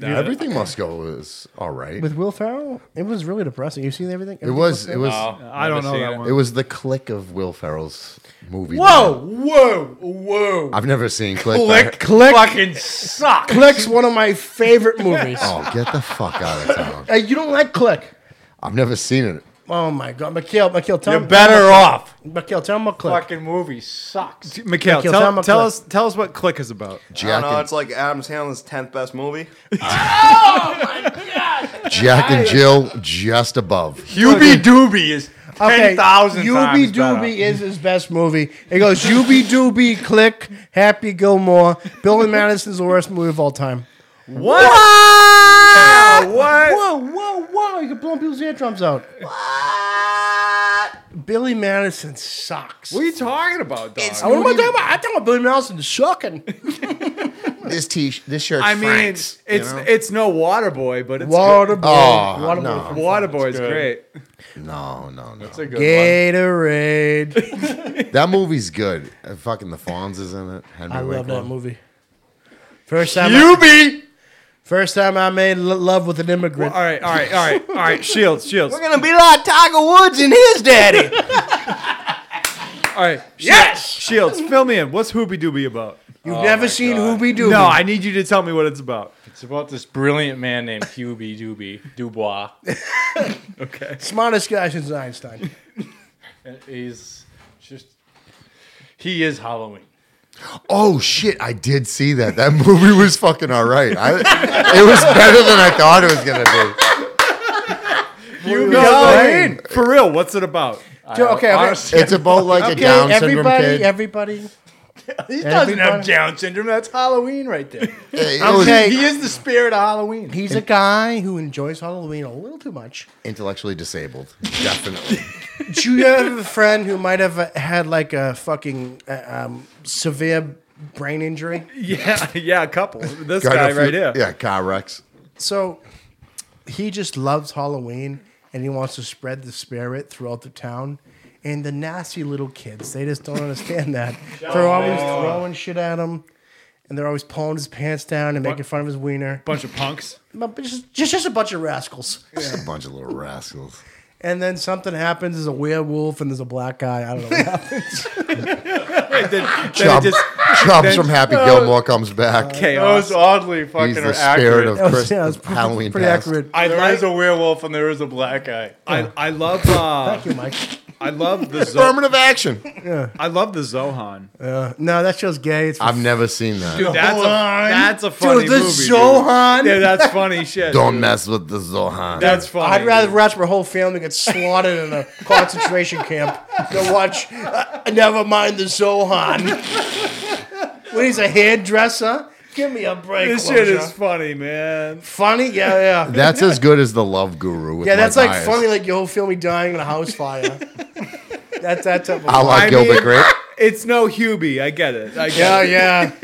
That-
Everything Must Go is all right.
With Will Farrell, it was really depressing. You seen everything?
It was. It was.
Uh,
I don't know
seen
that
it.
one.
It was the click of Will Ferrell's movie.
Whoa, whoa, whoa!
I've never seen click. but-
Click,
fucking suck.
Click's one of my favorite movies.
Oh, get the fuck out of town!
Hey, you don't like Click?
I've never seen it.
Oh my God, Mikhail, Mikhail, tell
You're
him-
better off.
Mikhail, tell him about Click.
Fucking movie sucks.
Mikhail,
Mikhail, tell him
tell,
a
tell
clip.
us tell us what Click is about.
I
Jack
don't know.
and,
It's like Adam Sandler's tenth best movie. Oh
Jack and Jill just above.
Hubie Doobie is ten thousand
Yubi
times
Doobie
better.
is his best movie. It goes Yubi Doobie, Click, Happy Gilmore. Bill and Madison's the worst movie of all time.
What? What?
Whoa, whoa, whoa! You can blow people's eardrums out. Billy Madison sucks.
What are you talking about, dog?
Oh, what am I talking about? I talking about Billy Madison shocking.
This t this shirt.
I mean,
Frank's, you
it's
know?
it's no Waterboy, but it's
Waterboy,
Oh,
Waterboy
no.
from
Waterboy's
good.
great.
no, no, no.
It's a good
Gatorade.
That movie's good. Uh, fucking the Fonz is in it. Henry
I love
Winkler.
that movie. First time, I,
Yubi.
first time I made lo- love with an
All
immigrant.
right, all right, all right, all right. Shields, shields. All
gonna be like Tiger Woods and his daddy.
right. Yes. Shields, fill me in. What's Hoobie Dooby about?
You've never seen Hoobie Doobie.
No, I need you to tell me what it's about.
one. It's about this brilliant man named Hubie Doobie Dubois.
smartest guy since Einstein.
And He's just he is Halloween.
Oh shit! I did see that. That movie was fucking all right. I, it was better than I thought it was gonna be.
You
Doobie.
for real. What's it about?
Joe, okay, okay.
Honestly,
It's about like a
Okay,
Down syndrome
everybody,
kid.
everybody.
he doesn't have
everybody-
Down syndrome. That's Halloween right there.
It was
Okay.
He is the spirit of Halloween.
He's a guy who enjoys Halloween a little too much.
intellectually disabled. Definitely.
Do you have a friend who might have uh, had like a fucking uh, um, severe brain injury?
Yeah, yeah, a couple. This
Got
guy
a few-
right here.
Yeah, car wrecks.
So he just loves Halloween and he wants to spread the spirit throughout the town. And the
Oh,
nasty little kids, they just don't understand that. They're always throwing shit at him. and they're always pulling his pants down and making fun of his wiener.
Bunch of punks.
But Just, just, just a bunch of rascals.
Just a bunch of little rascals.
And then something happens. There's a werewolf and there's a black guy. I don't know what happened.
Then it
Chub,
just-
Chubs from Happy Gilmore comes back.
that was oddly fucking
He's the
accurate.
spirit of
That was-
Christ-
yeah, it was pretty,
Halloween
pretty
past.
accurate.
There is
I like.
a werewolf and there is a black guy.
I, I love. Uh,
Thank you, Mike.
I love the. Zo-
Affirmative action.
I love the Zohan.
No, that show's gay. It's
I've never seen that.
That's a, that's a funny
dude, the
movie. dude.
Zohan.
Yeah, that's funny shit.
Don't
dude.
mess with the Zohan.
That's funny.
I'd rather watch my whole family get slaughtered in a concentration camp than watch. Uh, never mind the Zohan. when he's a hairdresser, give me a break.
This shit
Loja.
is funny, man.
funny. Yeah, yeah.
That's as good as the Love Guru. With
Yeah, that's
Mike
like
Myers.
funny, like your whole family dying in a house fire. that's that type of.
I like
I
Gilbert
mean-
Grape.
It's no Hubie. I get it. I get
Yeah,
it.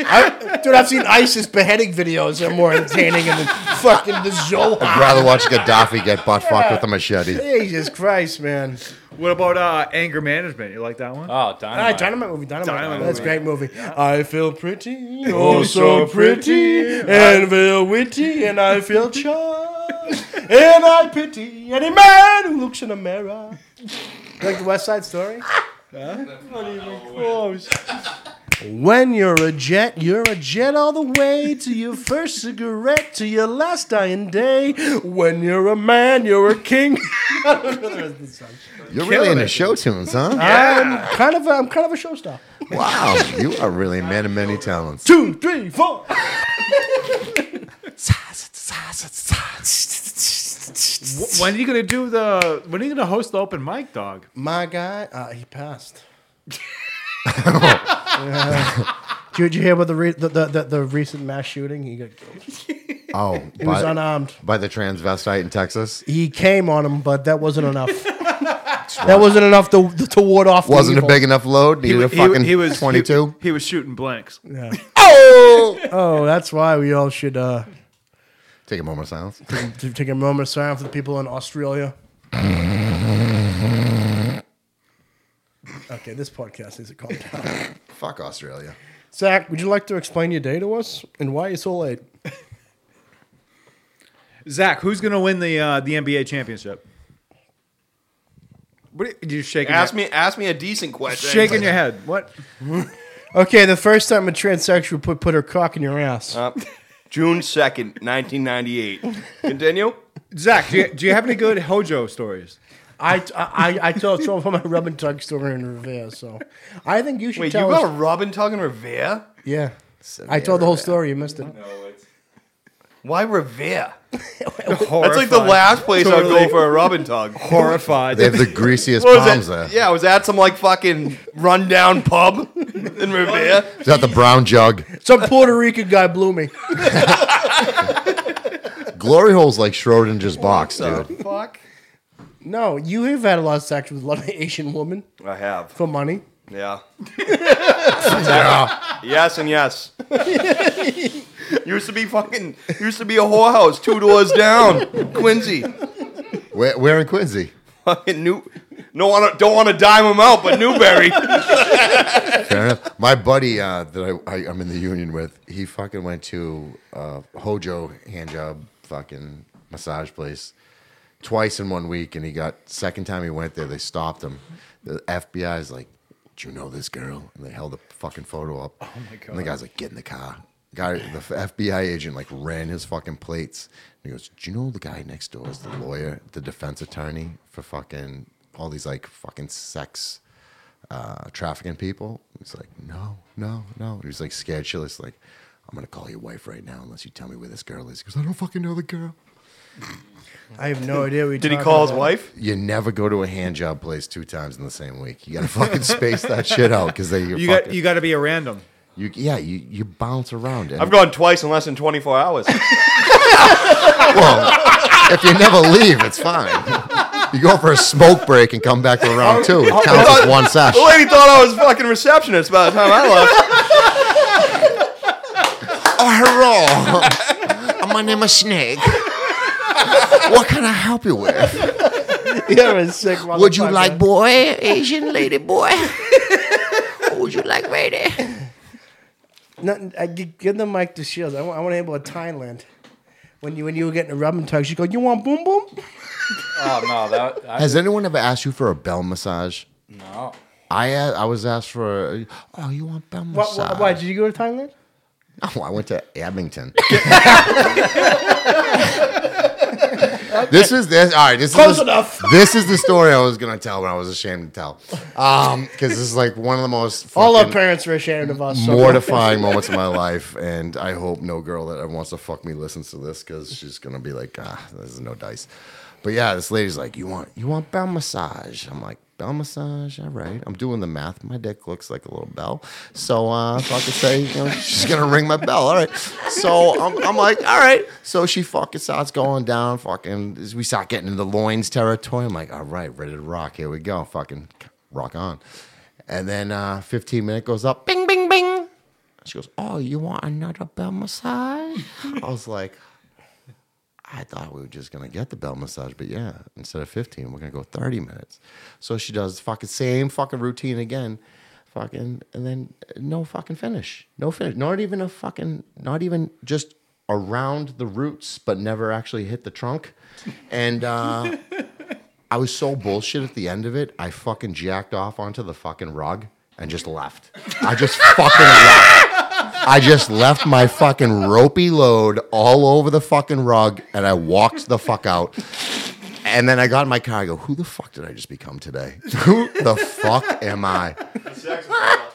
yeah. I, dude, I've seen ISIS beheading videos. They're more entertaining than fucking the Zohan.
I'd rather watch Gaddafi get butt fucked with a machete.
Jesus Christ, man.
What about uh, anger management? You like that one?
Oh,
All right,
dynamite.
Dynamite movie, Dynamite.
Dynamite
That's a
movie.
great movie. I feel pretty, oh so pretty, and feel witty, and I feel charmed, and I pity any man who looks in a mirror. You like the West Side Story? When you're a jet, you're a jet all the way to your first cigarette to your last dying day. When you're a man, you're a king.
You're really into show tunes, huh?
I'm kind of, a, I'm kind of a show star.
Wow, you are really a man of many talents.
Two, three, four.
Wh- When are you gonna do the? When are you gonna host the open mic, dog?
My guy, uh, he passed. Yeah. Did you hear about the, re- the, the, the the recent mass shooting? He got killed.
Oh,
He was uh,
by,
unarmed.
by the transvestite in Texas?
He came on him, but that wasn't enough. that wasn't enough to to ward off. the
Wasn't a
evil.
big enough load. Needed a fucking 22.
He, he was shooting blanks.
Oh, that's why we all should uh,
Take a moment of silence.
t- take a moment of silence for the people in Australia. okay, this podcast is a calm down.
Fuck Australia.
Zach, would you like to explain your day to us and why you're so late?
Zach, who's gonna win the uh, the NBA championship? What are you, you shaking?
Ask
your,
me, ask me a decent question.
Shaking your head. What?
Okay, the first time a transsexual put, put her cock in your ass.
Uh, June second, nineteen ninety eight. Continue.
Zach, do you, do you have any good Hojo stories?
I, I, I tell it's all from my rub and tug story in Revere, so I think you should
Wait, you
tell
got a
us.
Robin Tug and Revere?
Yeah. I told the whole story. You missed it.
Why Revere?
Horrified.
That's like the last place I'd
Totally.
go for a Robin Tug.
Horrified.
They have the greasiest
What was
palms
that?
there.
Yeah, I was at some like fucking rundown pub in Revere.
Is that the brown jug?
Some Puerto Rican guy blew me.
Glory hole's like Schrodinger's box, dude.
Fuck.
No, you have had a lot of sex with a lot of Asian women
I have.
for money.
Yeah. Yes and yes. used to be fucking used to be a whorehouse two doors down, Quincy.
Where, where in Quincy?
Fucking new. No, wanna, don't want to dime him out, but Newberry.
Fair enough. My buddy uh, that I, I, I'm in the union with, he fucking went to uh, Hojo handjob fucking massage place twice in one week, and he got second time he went there, they stopped him. The FBI's like, "Do you know this girl?" And they held the fucking photo up. Oh my god! And the guy's like, "Get in the car." Guy, the FBI agent like ran his fucking plates. And he goes, "Do you know the guy next door is the lawyer, the defense attorney for fucking all these like fucking sex." uh, trafficking people. He's like, no, no, no. He was like scared shitless, like, I'm gonna call your wife right now unless you tell me where this girl is. He goes, I don't fucking know the girl.
I have no idea. What
Did he call his wife?
You never go to a hand job place two times in the same week. You gotta fucking space that shit out because they you're
you
fucking,
got you got to be a random.
you- yeah you you bounce around. And,
I've gone twice in less than 24 hours.
well, if you never leave, it's fine. You go for a smoke break and come back for
Oh,
round two. It counts as one sesh.
The lady thought I was fucking receptionist by the time I left.
Oh, hello. My name is Snake. What can I help you with?
You're a sick
Would you
motherfucker.
like boy, Asian lady boy? Would you like lady?
Nothing. I gi- give them Mike the shields. I want. I want to handle a Thailand. When you when you were getting a rub and tug, she go, "You want boom boom?"
Oh no, that I,
Has anyone ever asked you for a bell massage?
no.
I uh, I was asked for. a- Oh, you want bell
Why,
massage?
why, why did you go to Thailand?
No, I went to Abington. this is this. All right, this
Close
is the-
enough.
This is the story I was gonna tell, but I was ashamed to tell, because this is like one of the most
All our
fucking
parents were ashamed of us. so-
mortifying moments of my life. And I hope no girl that ever wants to fuck me listens to this, because she's gonna be like, ah, this is no dice. But yeah, this lady's like, you want you want bell massage? I'm like. Bell massage, all right. I'm doing the math. My dick looks like a little bell, so uh, so I could say you know, she's gonna ring my bell. All right, so I'm, I'm like, all right. So she fucking starts going down. Fucking, we start getting into the loins territory. I'm like, all right, ready to rock. Here we go. Fucking rock on. And then uh, 15 minute goes up. Bing, bing, bing. She goes, oh, you want another bell massage? I was like, I thought we were just gonna get the bell massage, but yeah, instead of 15, we're gonna go 30 minutes. So she does the fucking same fucking routine again, fucking, and then uh, no fucking finish, no finish, not even a fucking, not even just around the roots, but never actually hit the trunk. And uh, I was so bullshit at the end of it, I fucking jacked off onto the fucking rug and just left. I just fucking left. I just left my fucking ropey load all over the fucking rug and I walked the fuck out. And then I got in my car. I go, who the fuck did I just become today? Who the fuck am I?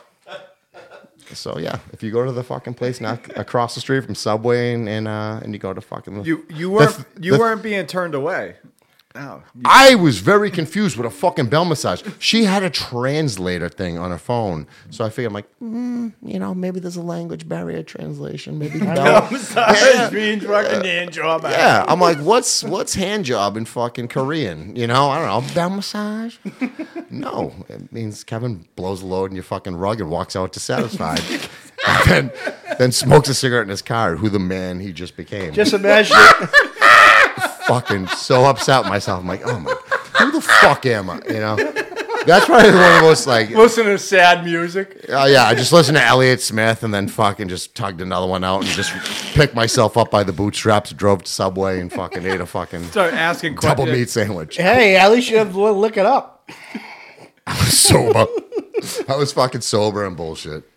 So yeah, if you go to the fucking place not across the street from Subway and and, uh, and you go to fucking
You
the-
you weren't you
the-
weren't being turned away.
I was very confused with a fucking bell massage. She had a translator thing on her phone, so I figured, I'm like, mm, you know, maybe there's a language barrier translation. Maybe bell.
Massage means fucking hand job.
yeah, I'm like, what's what's hand job in fucking Korean? You know, I don't know, bell massage. No, it means Kevin blows a load in your fucking rug and walks out dissatisfied, and then, then smokes a cigarette in his car. Who the man he just became?
Just imagine.
fucking so upset with myself. I'm like, oh my, who the fuck am I? You know, that's probably one of the most like, oh
Listen to sad music.
yeah, I just listened to Elliott Smith and then fucking just tugged another one out and just picked myself up by the bootstraps, drove to Subway and fucking ate a fucking
Start asking
double
questions.
meat sandwich.
hey, at least you have to look it up.
sober. I was fucking sober and bullshit.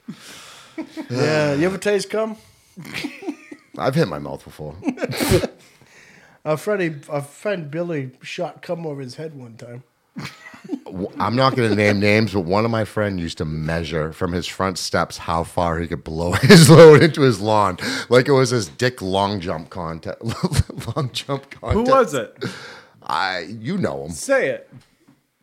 Yeah, you ever taste cum?
I've hit my mouth before.
A friend, a friend Billy shot cum over his head one time.
W- I'm not going to name names, but one of my friends used to measure from his front steps how far he could blow his load into his lawn, like it was his dick long jump contest. long jump contest.
Who was it?
I, you know him.
Say it.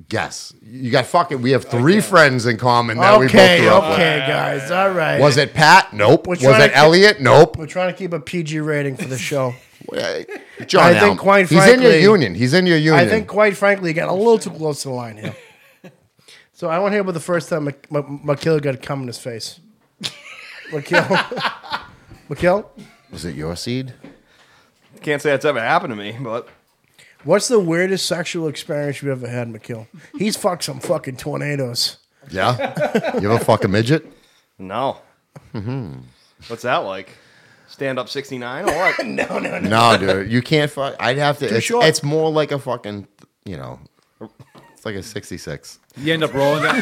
Guess you got fucking. We have three friends in common that we both
okay,
grew up
okay, guys, all right.
with. Was it Pat? Nope. Was
trying
it
to-
Elliot? Nope.
We're trying to keep a PG rating for the show.
Uh, John,
I think
Allen.
quite
he's in your
frankly-
union. He's in your union.
I think, quite frankly, you got a little too close to the line here. So I want to hear about the first time Mc- Mc- McKill got cum in his face. McKill, McKill,
was it your seed?
Can't say that's ever happened to me, but
what's the weirdest sexual experience you have ever had, McKill? He's fucked some fucking tornadoes.
Yeah. you ever fuck a midget?
no. Mm-hmm. What's that like? Stand up 69 or what?
No, no, no.
No, dude, you can't fuck. I'd have to. It's,
short.
it's more like a fucking, you know, it's like a sixty-six.
You end up rolling down.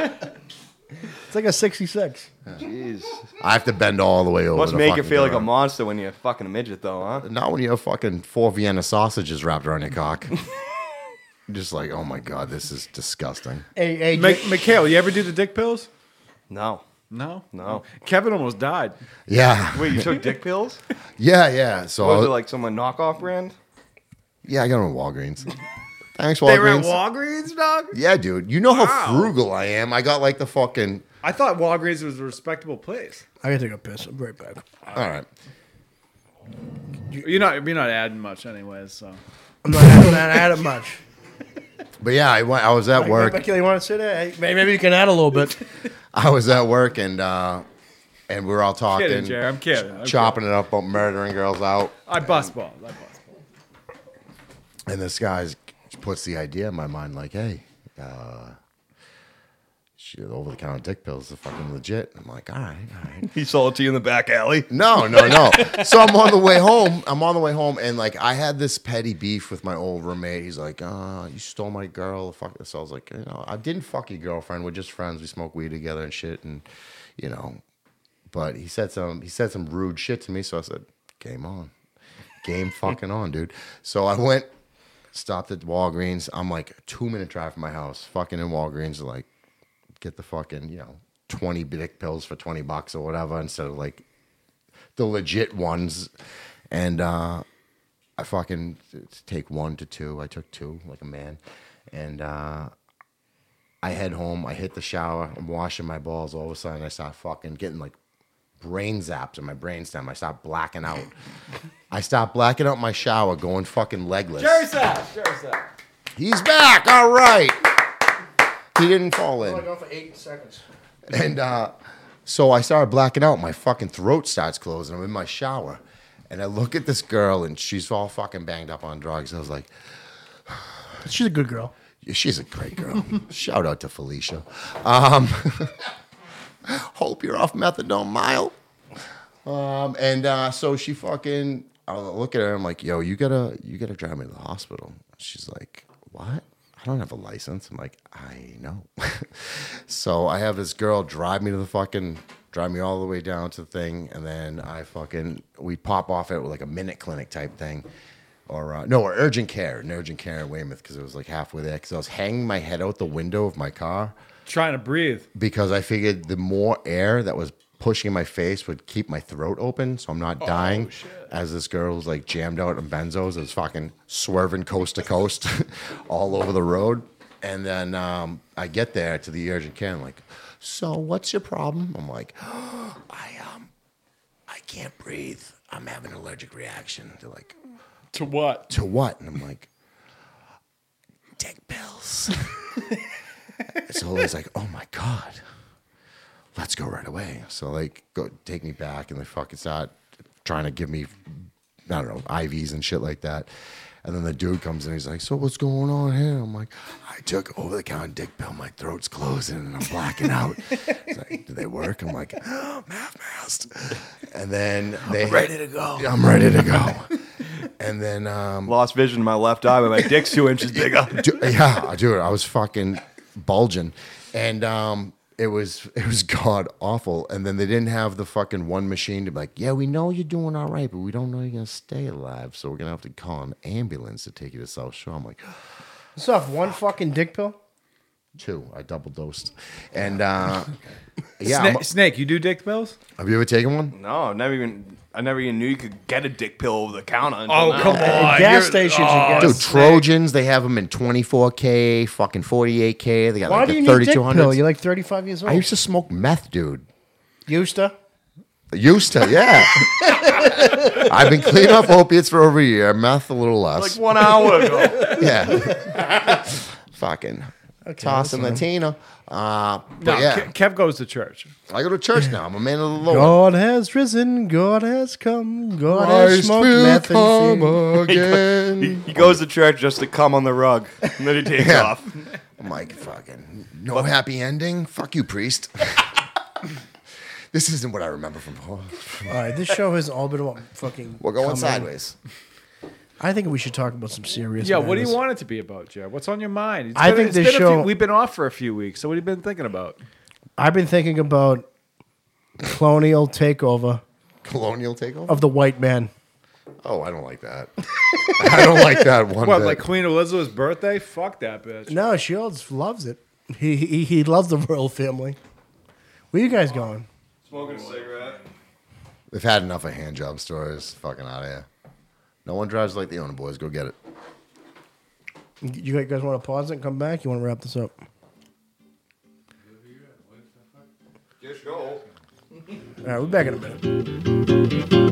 It's like a sixty-six.
Jeez.
I have to bend all the way over.
Must
to
make you
fucking
feel like a
ground.
monster when you're fucking a midget, though, huh?
Not when you have fucking four Vienna sausages wrapped around your cock. Just like, oh my god, this is disgusting.
Hey, hey,
Ma-
Jake-
Mikhail, you ever do the dick pills?
No.
No.
No.
Kevin almost died.
Yeah,
Wait, you took dick pills?
yeah, yeah. So, I
Was
was,
it like some uh, knockoff brand?
yeah, I got them at Walgreens. Thanks, Walgreens.
They were at Walgreens, dog.
yeah, dude, you know how frugal I am. I got like the fucking.
I thought Walgreens was a respectable place.
I gotta take a piss. I'm right back.
All right.
You're not you're not adding much, anyways. So
I'm not, I'm not at it much.
But yeah, I, went, I was at work.
Hey, McKill, you want to sit there? Hey, may- Maybe you can add a little bit.
I was at work and uh and we were all talking,
kidding, Jerry. I'm kidding. I'm
chopping it up about murdering girls out.
kidding. I bust balls. I bust balls.
And this guy's puts the idea in my mind, like, hey, uh, she, over the counter dick pills are fucking legit. I'm like, all right, all right.
He sold it to you in the back alley.
No, no, no. so I'm on the way home. I'm on the way home, and like I had this petty beef with my old roommate. He's like, "Ah, you stole my girl." Fuck this. So I was like, you know, I didn't fuck your girlfriend. We're just friends. We smoke weed together and shit, and you know. But he said some he said some rude shit to me, so I said, "Game on, game fucking on, dude." So I went, stopped at Walgreens. I'm like a two minute drive from my house. Fucking in Walgreens, like get the fucking you know. 20 dick pills for 20 bucks or whatever instead of like the legit ones. And uh, I fucking t- take one to two. I took two like a man. And uh, I head home. I hit the shower. I'm washing my balls. All of a sudden, I start fucking getting like brain zaps in my brainstem. I start blacking out. I start blacking out my shower, going fucking legless. He's back. All right. He didn't fall in.
Going for eight seconds.
And uh, so I started blacking out. My fucking throat starts closing. I'm in my shower. And I look at this girl and she's all fucking banged up on drugs. I was like,
She's a good girl.
she's a great girl. Shout out to Felicia. Um, hope you're off methadone, Mile. Um, and uh, so she fucking, I look at her. I'm like, yo, you gotta, you gotta drive me to the hospital. She's like, what? I don't have a license. I'm like, I know. so I have this girl drive me to the fucking, drive me all the way down to the thing, and then I fucking, we pop off at like a minute clinic type thing. Or uh, no, or urgent care, an urgent care in Weymouth because it was like halfway there. Because I was hanging my head out the window of my car
Trying to breathe.
because I figured the more air that was pushing my face would keep my throat open, so I'm not
Oh,
dying. As this girl was like jammed out on benzos, it was fucking swerving coast to coast, all over the road. And then um, I get there to the urgent care, and like, so what's your problem? I'm like, I um, I can't breathe. I'm having an allergic reaction. They're like,
To what?
to what? And I'm like, dick pills. so he's like, oh my God, let's go right away. So like, go take me back and they fucking start trying to give me, I don't know, IVs and shit like that. And then the dude comes in, he's like, so what's going on here? I'm like, I took over the counter dick pill, my throat's closing and I'm blacking out. He's like, do they work? I'm like, oh, math mask. And then they, I'm ready to go. I'm ready to go. And then um,
Lost vision in my left eye, but my dick's two inches bigger.
Du- yeah, dude, I was fucking bulging, and um, it was it was god awful. And then they didn't have the fucking one machine to be like, yeah, we know you're doing all right, but we don't know you're gonna stay alive, so we're gonna have to call an ambulance to take you to South Shore. I'm like,
What's up? One fucking dick pill?
two, I double dosed, and uh, yeah,
Sna-
I'm-
snake, you do dick pills?
have you ever taken one?
No, I never even. I never even knew you could get a dick pill over the counter. until now.
Oh, on. oh,
Gas stations. you
Dude,
guys.
Trojans, they have them in 24K, fucking 48K. They got
Why
like
do
a
you need dick
3200.
pill? You're like 35 years old.
I used to smoke meth, dude.
used to.
Used to, yeah. I've been clean off opiates for over a year, meth a little
Like
less.
one hour ago.
yeah. Fucking tossing Latina. Uh, but
No,
yeah,
Ke- Kev goes to church.
I go to church now. I'm a man of the Lord.
God has risen. God has come. God has
Christ
smoked
will
meth and
come
fear.
He,
again.
he goes to church just to come on the rug, and then he takes
Yeah.
off.
I'm like, fucking, no happy ending? Fuck you, priest. this isn't what I remember from Paul.
All right, this show has all been about fucking.
We're going
coming.
sideways.
I think we should talk about some serious.
Yeah, what do
matters.
you want it to be about, Jared? What's on your mind? It's
I
been-
think
it's
this
been a few-
show-
we've been off for a few weeks, so what have you been thinking about?
I've been thinking about colonial takeover
Colonial takeover?
of the white man.
Oh, I don't like that. I don't like that one.
What,
bit.
like Queen Elizabeth's birthday? Fuck that bitch.
No, Shields loves it. He he, he loves the royal family. Where you guys going?
Smoking a cigarette.
They've had enough of hand job stories. Fucking out of here. No one drives like the owner boys. Go get it.
You guys want to pause it and come back? You want to wrap this up?
Just go.
All right, we're back in a minute.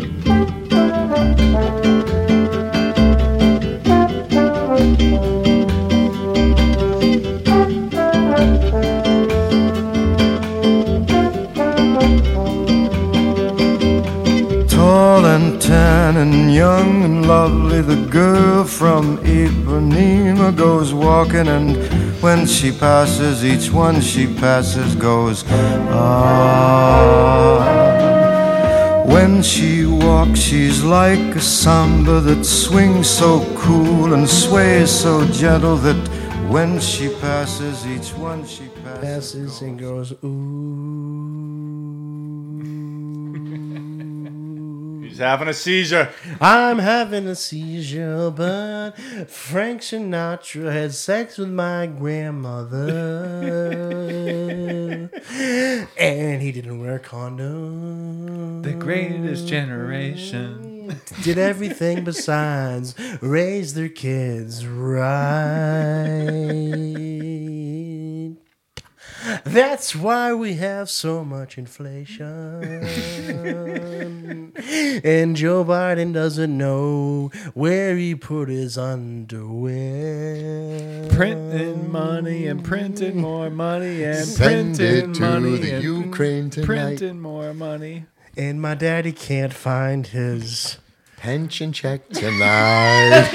Tall and tan and young and lovely, the girl from Ipanema goes walking and When she passes, each one she passes goes on. When she walks, she's like a samba that swings so cool and sways so gentle that when she passes, each one she passes.
passes and goes ooh.
He's having a seizure.
I'm having a seizure, but Frank Sinatra had sex with my grandmother, and he didn't wear condoms.
The greatest generation.
did everything besides raise their kids right. That's why we have so much inflation. and Joe Biden doesn't know where he put his underwear.
Printing money and printing more money and
Send
printing
it to
money
the
and
Ukraine tonight.
printing more money.
And my daddy can't find his
Pension check tonight.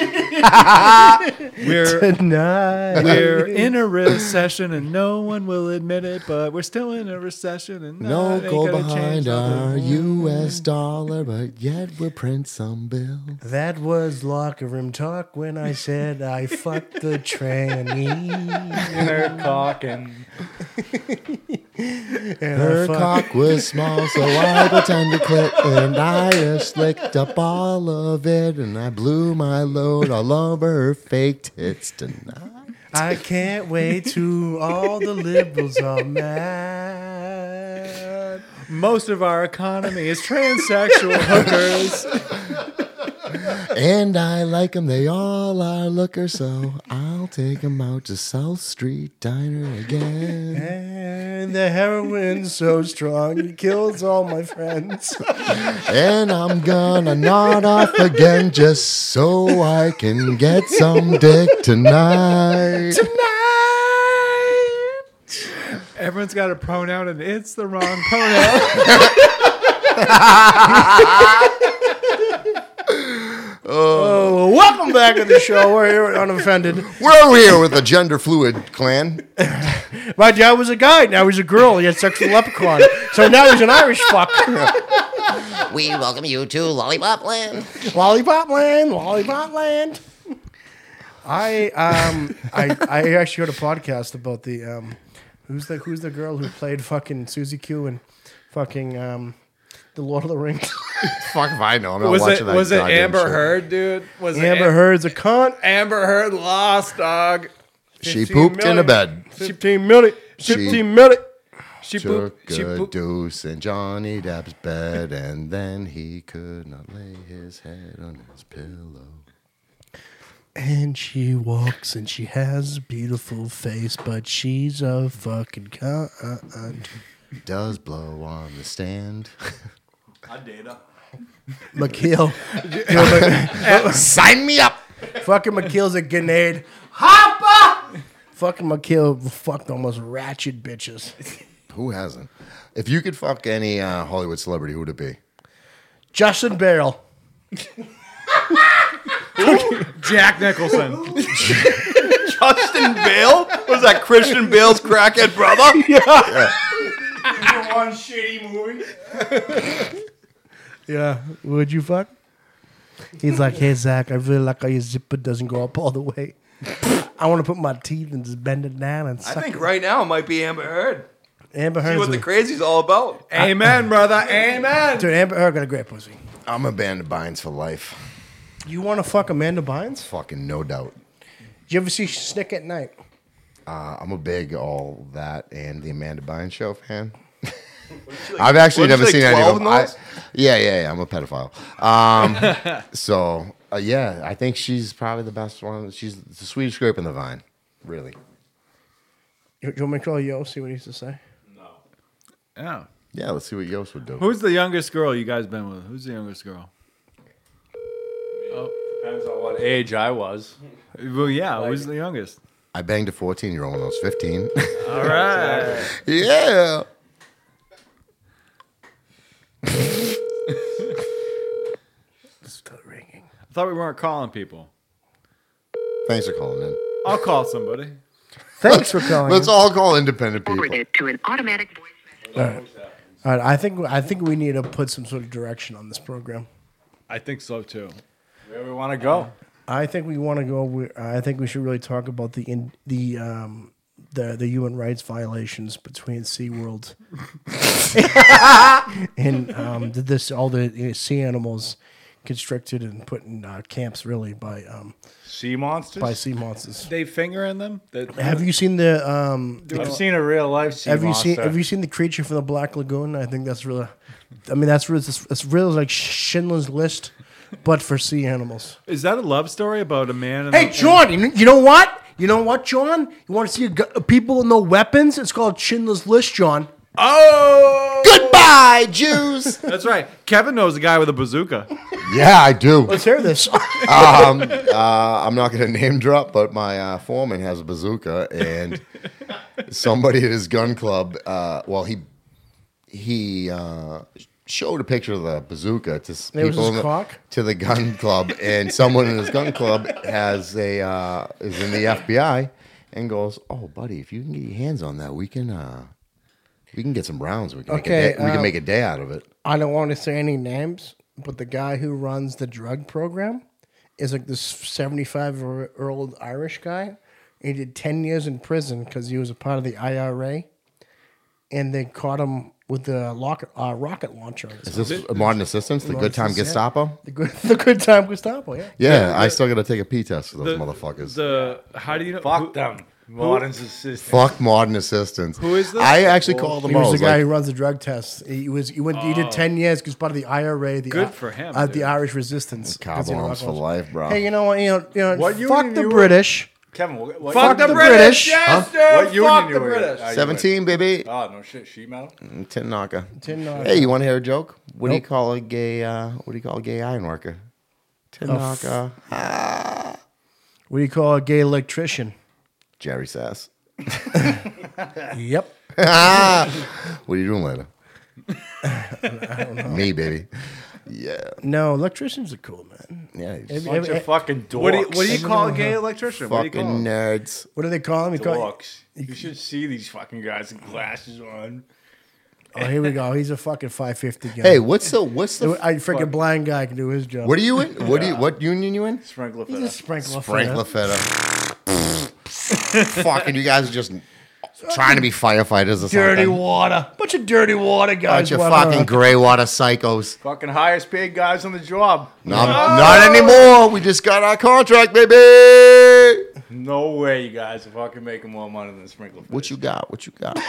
We're
tonight.
We're in a recession and no one will admit it, but we're still in a recession and
no
that ain't
go
gonna change
behind
nothing.
our U.S. dollar, but yet we'll print some bills.
That was locker room talk when I said I fucked the tranny.
Inner cock and
And
Her
I fucked-
cock was small, so I pretended clit, and I just licked up all of it, and I blew my load all over her fake tits tonight.
I can't wait to all the liberals are mad.
Most of our economy is transsexual hookers.
And I like 'em, they all are lookers, so I'll take 'em out to South Street Diner again.
And the heroin's so strong, it kills all my friends.
And I'm gonna nod off again just so I can get some dick tonight.
Everyone's got a pronoun and it's the wrong pronoun.
Oh, well, welcome back to the show. We're here at Unoffended.
We're over here with the gender fluid clan.
My dad was a guy, now he's a girl. He had sex with a leprechaun. So now he's an Irish fuck.
We welcome you to Lollipop Land.
Lollipop land, lollipop land. I um I I actually heard a podcast about the um who's the who's the girl who played fucking Susie Q and fucking um the Lord of the Rings.
Fuck if I know. I'm not
Was it
watching that.
was it
goddamn
Amber
shit.
Heard, dude? Was it
Amber
Am-
Heard's a cunt.
Amber Heard lost, dog.
She pooped in a bed.
Fifteen million.
She-
Fifteen million.
She
Took
pooped. She
a
pooped.
deuce in Johnny Depp's bed, and then he could not lay his head on his pillow.
And she walks and she has a beautiful face, but she's a fucking cunt.
Does blow on the stand.
McKeel.
Sign me up.
Fucking McKeel's a grenade. Hopper! Fucking McKeel fucked almost ratchet bitches.
Who hasn't? If you could fuck any uh, Hollywood celebrity, who would it be?
Justin Barrel.
Jack Nicholson.
Justin Bale? Was that Christian Bale's crackhead brother?
one shitty movie.
Yeah. Would you fuck? He's like, hey, Zach, I really like how your zipper doesn't go up all the way. I want to put my teeth and just bend it down and
I
suck.
think right now it might be Amber Heard.
Amber
See
Heard's
what the
a-
crazy's all about.
Amen, brother. Amen.
Dude, Amber Heard got a great pussy.
I'm a band of binds for life.
You want to fuck Amanda Bynes?
Fucking no doubt.
Did you ever see Snick at Night?
Uh, I'm a big all that and the Amanda Bynes show fan. I've actually
what is
never
she,
seen
like,
any
12
of them.
in
I-
those?
yeah, yeah, yeah. I'm a pedophile. Um, so uh, yeah, I think she's probably the best one. She's the Swedish grape in the vine, really.
You, you want me to call Yo, see what he used to say?
Yeah.
Yeah, let's see what Yost would do.
Who's the youngest girl you guys been with? Who's the youngest girl?
Depends on what age I was.
Well, yeah, who's the youngest?
I banged a 14 year old when I was 15.
All right.
yeah.
Still ringing.
I thought we weren't calling people.
Thanks for calling in.
I'll call somebody.
Thanks for calling.
Let's all call independent people.
forwarded to an automatic voice message.
All right, I think I think we need to put some sort of direction on this program.
I think so too.
Where we want to go?
I think we want to go. wi- I think we should really talk about the in, the um, the the human rights violations between SeaWorld and um, the- this all the uh, sea animals constricted and put in uh, camps really by um,
Sea monsters.
by sea monsters.
They finger in them. That,
Have you seen the um, the-
I've seen a real life sea
have you seen
monster.
have you seen the creature from the Black Lagoon? I think that's really, I mean that's really that's really like Schindler's List, but for sea animals.
Is that a love story about a man? And
Hey, John, you, you know what? You know what, John? You want to see a gu- people with no weapons? It's called Schindler's List, John.
Oh,
Goodbye, Jews.
that's right. Kevin knows a guy with a bazooka.
yeah, I do.
Let's hear this.
um, uh, I'm not going to name drop, but my uh, foreman has a bazooka, and somebody at his gun club. Uh, well, he he uh, showed a picture of the bazooka to s-
It was his
in the-
cock?
to the gun club, and someone in his gun club has a uh, is in the FBI and goes, "Oh, buddy, if you can get your hands on that, we can." Uh, we can get some rounds. We can,
Okay,
make, a day, we
um,
can make a day out of it.
I don't want to say any names, but the guy who runs the drug program is like this 75 year old Irish guy. He did 10 years in prison because he was a part of the IRA, and they caught him with the lock, uh, rocket launcher. on his-
Is this modern assistance? The good time Gestapo?
The good, the good time Gestapo, yeah.
Yeah, I still got to take a P test for those
The-
motherfuckers.
The how do you know?
Fuck
who-
them. Modern's assistant.
Fuck modern assistants. Who
is this?
I actually called them
He was
all.
the
It's
guy
like,
who runs the drug tests. He was he went he did ten years because part of the IRA, the
Oh. Good
uh,
for him,
uh,
dude.
the Irish resistance.
Car
'cause he
bombs
rock
for
was-
life, bro.
Hey, you know what? You know, you know
What
fuck
union
the
you were-
British.
Kevin, what, what,
Fuck the
the
British.
British.
Yes,
What
sir,
union
Fuck
you
the
were in?
British.
Ah, you were-
Seventeen, baby.
Oh no shit, sheet metal.
Tin knocker.
Tin knocker.
Hey, you want to hear a joke? What do you call a gay? Uh, what do you call a gay iron worker?
Oh,
Tin knocker.
What do you call a gay electrician?
Jerry Sass.
Yep.
What are you doing later? Me, baby. Yeah.
No, electricians are cool, man.
Yeah. you just
Every-
Bunch
every-
of fucking dorks.
What do you, what do you call a gay electrician? What do you
Fucking
call him?
nerds.
what do they call him? He call,
dorks? You should see these fucking guys with glasses on.
oh, here we go. He's a fucking five fifty guy.
Hey, what's the what's the?
I freaking blind guy can do his job.
what are you in? What do you? What union you in?
Sprinkler
He's
fitter.
a sprinkler.
Frank
fella.
Lafetta. Fucking you guys are just trying to be firefighters or
Dirty
something.
water. Bunch of dirty water guys.
Bunch of
running
fucking
around.
gray water psychos.
Fucking highest paid guys on the job.
Not, not anymore. We just got our contract, baby.
No way you guys are fucking making more money than sprinkler fitter.
What you got? What you got?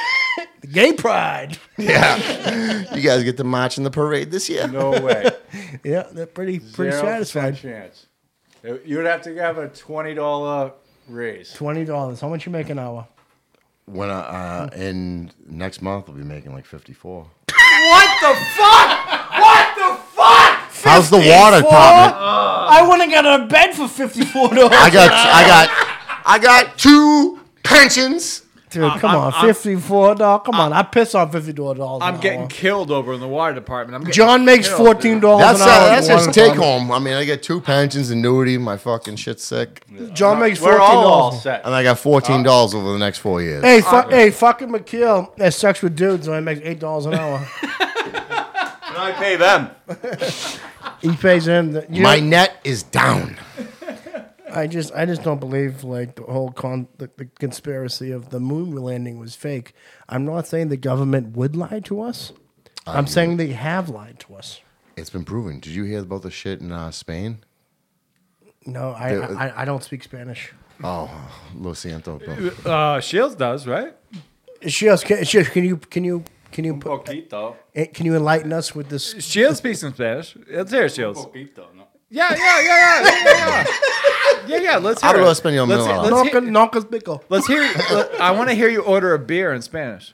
gay pride.
yeah. You guys get to march in the parade this year.
No way.
yeah, they're pretty pretty
Zero percent
satisfied.
Chance. You would have to have a twenty dollar raise.
Twenty dollars. How much you make an hour?
When I, uh, and next month we'll be making like fifty-four. What the fuck? What the fuck? How's the water department?
I wouldn't get out of bed for fifty four dollars.
I got, I got, I got two pensions.
Dude, come on, fifty four dollars. Come on, I piss on fifty four dollars.
I'm getting killed over in the water department. I'm getting
John makes
killed.
fourteen dollars
That's
an hour.
uh, that's
in the
his
water
take home. I mean, I get two pensions, annuity, my fucking shit's sick,
department. John makes
We're
fourteen
all, all
dollars.
set.
and I got fourteen dollars over the next four years.
Uh, Hey, fu- hey, fucking McKill has sex with dudes and he makes eight dollars an hour.
And I pay them.
he pays him. The, you know,
my net is down.
I just, I just don't believe like the whole con, the, the conspiracy of the moon landing was fake. I'm not saying the government would lie to us. I'm saying they have lied to us.
It's been proven. Did you hear about the shit in uh, Spain?
No, I, I, I, I don't speak Spanish.
Oh, Lo siento. bro.
Uh, Shields does right.
Shields, can, Shields, can you can you can you put,
Poquito.
eh, can you enlighten us with this?
Shields speaks in Spanish. Let's hear it, Shields.
Poquito. No.
Yeah, yeah, yeah, yeah, yeah, yeah. yeah, yeah. Let's hear
Hablo
it.
español
eh, Let's,
muy
let's,
No,
hear,
can- no conspicuo.
let's hear. let- I want to hear you order a beer in Spanish.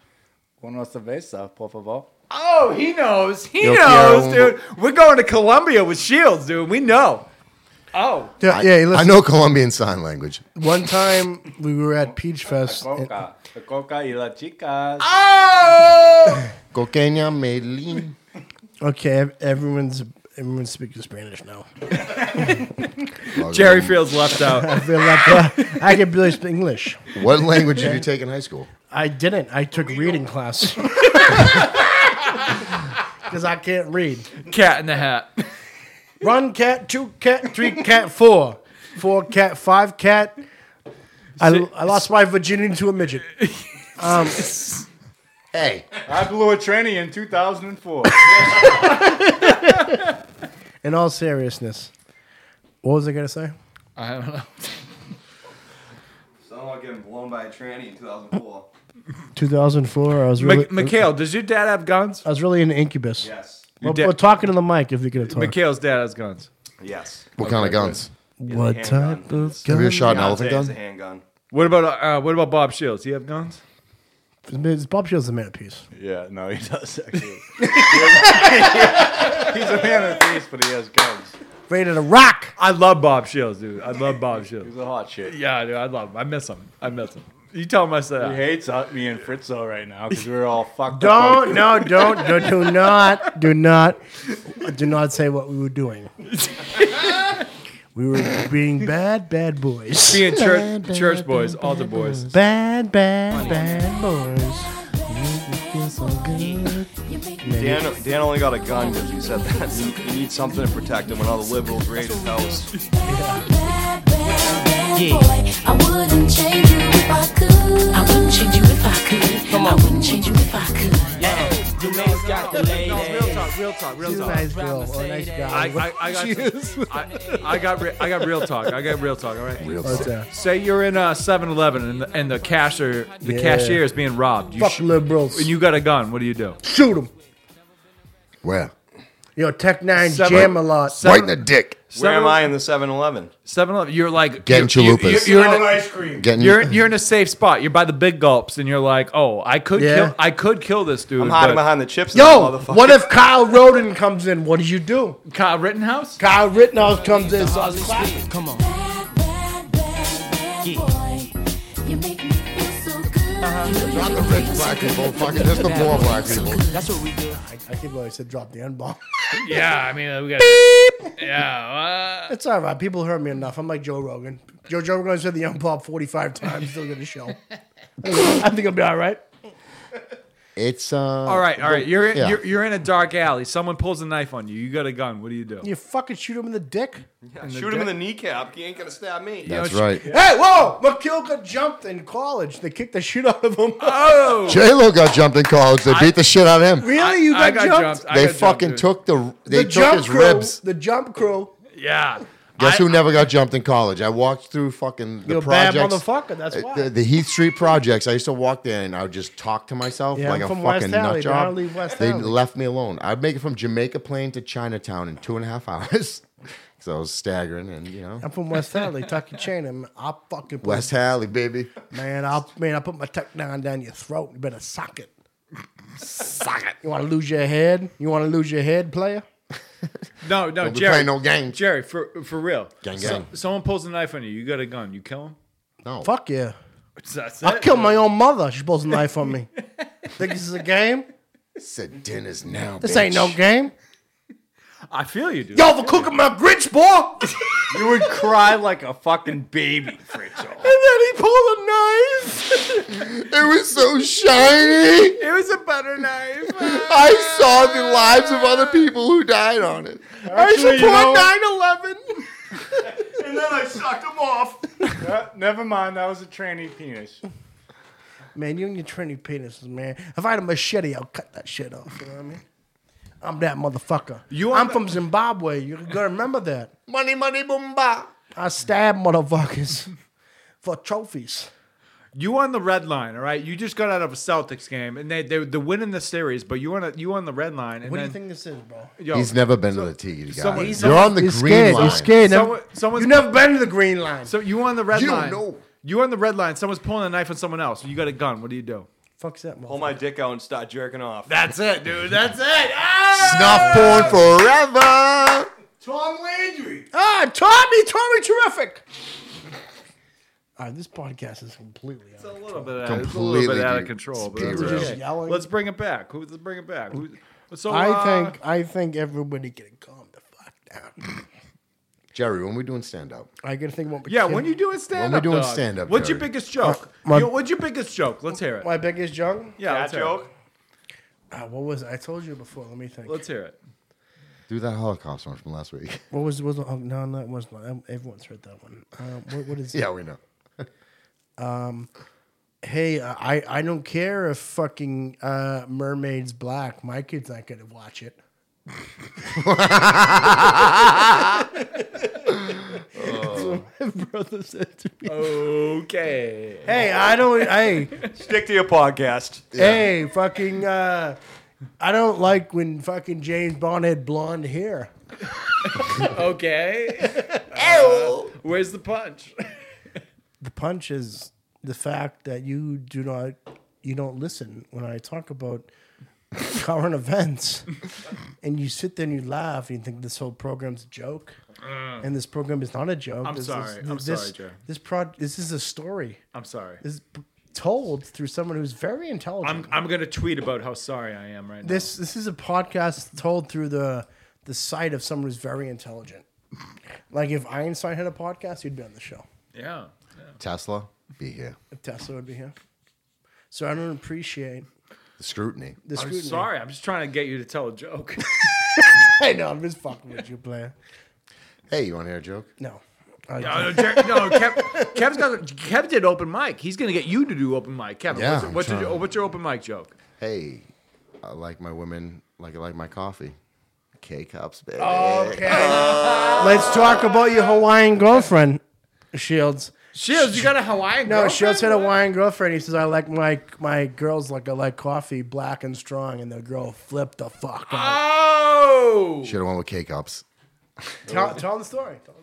Una cerveza, por favor.
Oh, he knows. He
Yo
knows,
quiero-
dude. We're going to Colombia with Shields, dude. We know. Oh,
Yeah, yeah listen,
I know Colombian sign language.
One time we were at Peach Fest. and-
Coca. The coca y las chicas.
oh.
Coqueña Medellin.
okay, ev- everyone's Everyone speaks Spanish now.
Jerry feels left out.
I feel like uh, I can barely speak English.
What language did you take in high school?
I didn't. I took reading class. Because I can't read.
Cat in the hat.
One cat, two cat, three cat, four. Four cat, five cat. I, I lost my virginity to a midget. Um,
hey.
I blew a tranny in 2004.
in all seriousness, what was I going to say?
I don't know.
Someone getting blown by a tranny in 2004.
2004, I was
Mi-
really.
Mikhail, does your dad have guns?
Uh.
I was really an incubus.
Yes.
We're,
Your da-
we're talking to the mic if you can talk.
Mikhail's dad has guns.
Yes.
What kind of guns?
What type of
Have you ever
gun?
shot an
I'd
elephant
say it's a
gun?
handgun.
What about uh, what about Bob Shields? He have guns?
It's Bob Shields is a man of peace.
yeah, no, he does actually. He has- He's a man of peace, but he has guns.
Ready to rock.
I love Bob Shields, dude. I love Bob Shields.
He's a hot shit.
Yeah, dude, I love him. I miss him. I miss him. You tell him I said
He
that.
hates uh, me and Fritzo right now because we're all fucked up.
Don't no don't do, do not do not do not say what we were doing. we were being bad bad boys.
Being church, church boys, altar boys.
Bad bad bad boys.
Dan, Dan only got a gun because he said that. He needs something to protect him when all the liberals raid his house.
I wouldn't change you if I could. I wouldn't change you if I could. I wouldn't change you if I could.
Real talk, real talk, real
She's a
talk.
nice girl or a nice
I,
guy.
I, I got, I, I got, re- I got real talk. I got real talk. All right.
Real
What's
talk.
that?
Say you're in a 7-Eleven and the, and the cashier, the
Yeah.
cashier is being robbed. You
Fuck liberals.
and you got a gun. What do you do?
shoot him.
Where?
Yo, Tech Nine
Seven-
jam a lot.
Right in the dick.
Where am I in the 7 Eleven?
7-Eleven. You're like
Getting
you- you-
chalupas.
You're, in a,
ice cream.
Getting
you're in- you're in a safe spot. You're by the big gulps, and you're like, oh, I could
Yeah.
kill, I could kill this dude.
I'm hiding
but-
behind the chips.
Yo,
motherfucker.
what if Kyle Roden comes in? What do you do?
Kyle Rittenhouse.
Kyle Rittenhouse comes in. So I was like,
Come on. Bad, bad, bad, bad boy. You make me feel so good. You know you
Not the
make me
rich
feel so
black
good.
people. Fucking just the poor black people.
I, I can't believe I said drop the N bomb.
Yeah, I mean, uh, we got. Yeah.
It's all right. People heard me enough. I'm like Joe Rogan. Joe, Joe Rogan said the young pop 45 times. Still going to show. I think I'll be all right.
It's uh.
all right, all right. You're in,
Yeah.
you're, you're in a dark alley. Someone pulls a knife on you. You got a gun. What do you do?
You fucking shoot him in the dick.
Shoot him in the kneecap. He ain't gonna stab me.
That's right.
Hey, whoa! McKilka jumped in college. They kicked the shit out of him.
Oh,
J Lo got jumped in college. They beat the shit out of him.
really? you got,
I got
jumped?
jumped. I
They
got jumped,
fucking
dude.
took the they
The
took
jump
his
crew.
ribs.
The jump crew.
Yeah.
Guess
I-
who never got jumped in college? I walked through fucking the
You're a bad
projects.
motherfucker, that's
uh,
why.
The, the Heath Street projects. I used to walk there and I would just talk to myself
Yeah,
like
I'm
a
from West
fucking nut
Alley, but I
job.
don't leave West
they
Alley.
left me alone. I'd make it from Jamaica Plain to Chinatown in two and a half hours because I was staggering and you know
I'm from West Alley. Tuck your chain in. I'll fucking put,
West Alley, baby.
Man, I'll, man, I'll put my tuck down down your throat. You better sock it. sock it. You want to lose your head? You want to lose your head, player?
No, no,
Don't be
Jerry.
playing no games.
Jerry, for for real.
Gang,
So-
gang.
someone pulls a knife on you. You got a gun. You kill him.
No,
Fuck yeah.
That's
I
it.
killed my own mother. She pulls a knife on me. Think this is a game?
said dinners now.
This ain't no
bitch.
game.
I feel you, dude.
Y'all for cooking my Grinch, boy.
You would cry like a fucking baby, Fritzo.
And then he pulled a knife.
It was so shiny.
it was a butter knife.
I saw the lives of other people who died on it. Oh, I
Actually, you know-
support 9/11.
and then I sucked him off. never mind, that was a tranny penis.
Man, you and your Trinity penises, man. If I had a machete, I'll cut that shit off. You know what I mean? I'm that motherfucker.
You are
I'm
the-
from Zimbabwe. You gotta remember that.
Money, money, boomba.
I stab motherfuckers for trophies.
You on the red line, all right? You just got out of a Celtics game, and they they they're winning the series, but you on a, you on the red line. And
What do
then,
you think this is, bro?
Yo,
He's never been to the tee, you
someone-
guys. You're
someone-
on the green
He's scared.
line.
He's scared.
Someone-
Never-
someone's-
you never been to the green line.
so you on the red
You don't
line.
know.
You on the red line. Someone's pulling a knife on someone else. You got a gun. What do you do?
Fuck's that, motherfucker.
Pull my dick out and start jerking off.
That's it, dude. That's it. Ah!
Snuff porn forever.
Tom Landry.
Ah, Tommy, Tommy, terrific. All right, this podcast is completely out.
It's
of-
a little bit, out, it's a little
Completely
bit out of
de-
control, but
derailed.
that's
Just
okay.
yelling.
Let's bring it back. Who- Let's bring it back. Who- So
I
uh,
think I think everybody can calm the
Jerry, when we doing stand up?
I gotta think about my
Yeah,
kid.
when you doing stand up,
When we doing stand-up,
What's your
Jerry?
biggest joke?
My-
Yo, what's your biggest joke? Let's hear it.
My biggest joke?
Yeah, Dad let's hear it. joke?
Uh, what was it? I told you before? Let me think.
Let's hear it.
Do that Holocaust one from last week.
What was was oh, no, no, it wasn't. Um, Everyone's heard that one. Um, what, what is? it?
Yeah, we know.
um, hey, uh, I I don't care if fucking uh, mermaid's black. My kid's not gonna watch it. That's what my brother said to me.
Okay.
Hey, I don't. Hey,
Stick to your podcast.
hey, fucking. Uh, I don't like when fucking James Bond had blonde hair.
okay. Uh, where's the punch?
the punch is the fact that you do not you don't listen when I talk about current events and you sit there and you laugh and you think this whole program's a joke
Mm.
and this program is not a joke
I'm
This is-
sorry. I'm
this,
sorry, Joe.
this pro this is a story
I'm sorry.
this is p- told through someone who's very intelligent
I'm I'm gonna tweet about how sorry I am right
this this is a podcast told through the the sight of someone who's very intelligent like if Einstein had a podcast he'd be on the show
now.
Tesla, be here.
if Tesla would be here. So I don't appreciate.
The scrutiny.
The
Yeah. I'm
scrutiny.
sorry. I'm just trying to get you to tell a joke.
I know. I'm just fucking with you, player.
Hey, you want to hear a joke?
No. Uh,
No, no, Jer- no Kev, Kev's got, Kev did open mic. He's gonna get you to do open mic. Kevin,
Yeah,
what's,
I'm
what's, your,
trying.
what's your open mic joke?
Hey, I like my women like I like my coffee. K cups, baby.
Oh. Let's talk about your Hawaiian girlfriend, Shields.
Shields, you got a Hawaiian
No, Shields had
girlfriend?
a Hawaiian girlfriend. He says, "I like my my girls like I like coffee, black and strong." And the girl flipped the fuck
Ah.
out.
Oh,
Should have went with K cups.
Tell, tell the story. Tell the story.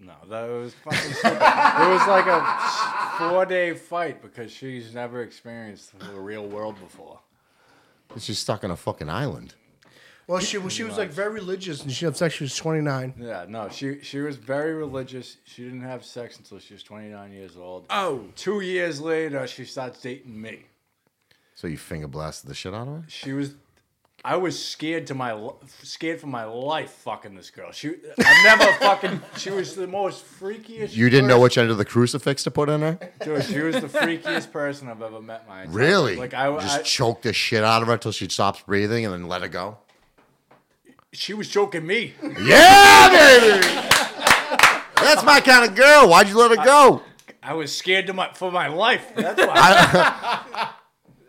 No, that was fucking. stupid. it was like a four day fight because she's never experienced the real world before.
She's stuck on a fucking island.
Well, she well, she was like very religious, and she had sex. She was 29.
Yeah, no, she she was very religious. She didn't have sex until she was 29 years old.
Oh,
two years later, she starts dating me.
So you finger blasted the shit out of her?
She was. I was scared to my li- scared for my life fucking this girl. She I never fucking. She was the most freakiest.
You didn't know which end of the crucifix to put in her?
Dude, she was the freakiest person I've ever met. in My entire-
Really?
Like I
You just
I-
choked the shit out of her till she stops breathing and then let her go.
She was choking me.
Yeah, baby. That's my kind of girl. Why'd you let her go?
I was scared to my for my life. That's
I-
why.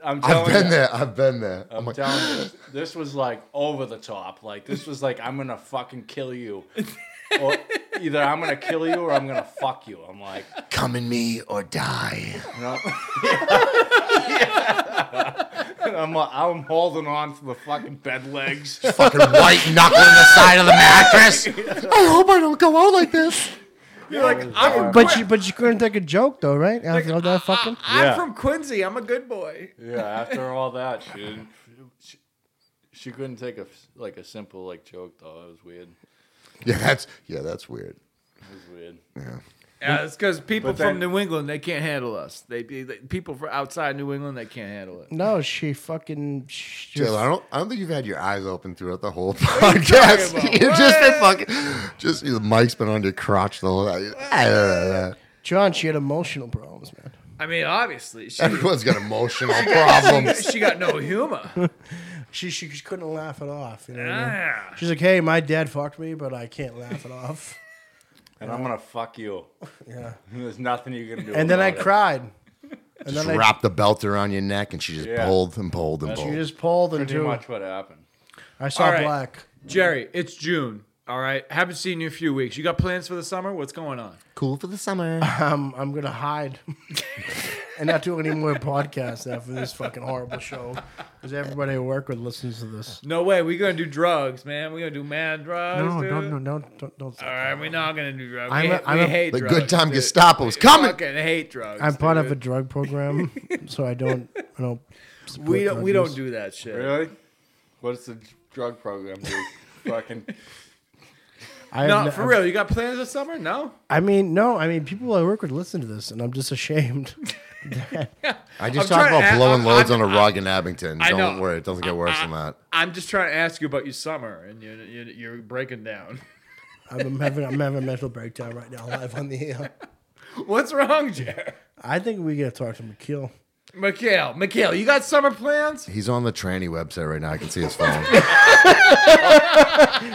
I'm
I've
telling
been
you.
there. I've been there.
I'm,
like-
telling you, this was like over the top. Like this was like I'm gonna fucking kill you, or either I'm gonna kill you or I'm gonna fuck you. I'm like,
Come in me or die.
you know? I'm like, I'm holding on to the fucking bed legs.
Fucking white knuckling the side of the mattress. I hope I don't go out like this.
You're like, I'm,
But she but she couldn't take a joke though, right? After all that fucking.
I'm from Quincy. I'm a good boy.
Yeah, after all that, she didn't. She, she couldn't take a like a simple like joke though. It was weird.
Yeah, that's yeah, that's weird.
It was weird.
Yeah.
Yeah, it's because people
But
from
then-
New England they can't handle us. They, they, they- people from outside New England they can't handle it.
No, she fucking. She
Jill, I don't I don't think you've had your eyes open throughout the whole podcast.
talking
You've
about?
just been fucking just the mic's been on your crotch the whole time.
John, she had emotional problems, man.
I mean, obviously, she,
Everyone's got emotional
she got-
problems.
She, got no humor.
she, she she couldn't laugh it off. You know what I mean?
Ah.
She's like, "Hey, my dad fucked me, but I can't laugh it off."
And I'm gonna fuck you.
Yeah.
There's nothing you're gonna do.
and then I
about it.
cried. And
Just
then
wrapped the belt around your neck and she just
Yeah.
pulled and pulled and
I,
pulled.
she just pulled and
Pretty
too.
much what happened.
I saw
All right.
black.
Jerry, it's June. All right, haven't seen you in a few weeks. You got plans for the summer? What's going on?
cool for the summer.
Um, I'm gonna hide and not do any more podcasts after this fucking horrible show because everybody I work with listens to this.
No way. We're gonna do drugs, man. We're gonna do mad drugs.
No,
dude.
don't, no, don't, don't, don't.
All right, we're not gonna do drugs.
I'm
we
a-
ha-
I'm
we
a-
hate
The
drugs.
good time
dude.
Gestapo's
We
coming.
Fucking hate drugs.
I'm part of
dude.
a drug program, so I don't, I don't. support
We don't.
drug
We don't
use.
do that shit.
Really? What's the drug program do? Fucking.
I have
no,
no-
for real. You got plans this summer? No.
I mean, no, I mean, people I work with listen to this, and I'm just ashamed
I
I'm
just talked
trying to
about
ask-
blowing
I'm-
loads
I'm-
on a rug in Abington.
I
Don't
know.
worry, it doesn't get worse than that.
I'm just trying to ask you about your summer, and you're you're, you're breaking down.
I'm having I'm having a mental breakdown right now, live on the air.
What's wrong, Jer?
I think we gotta talk to McKeel.
Mikhail, Mikhail, you got summer plans?
He's on the tranny website right now. I can see his phone.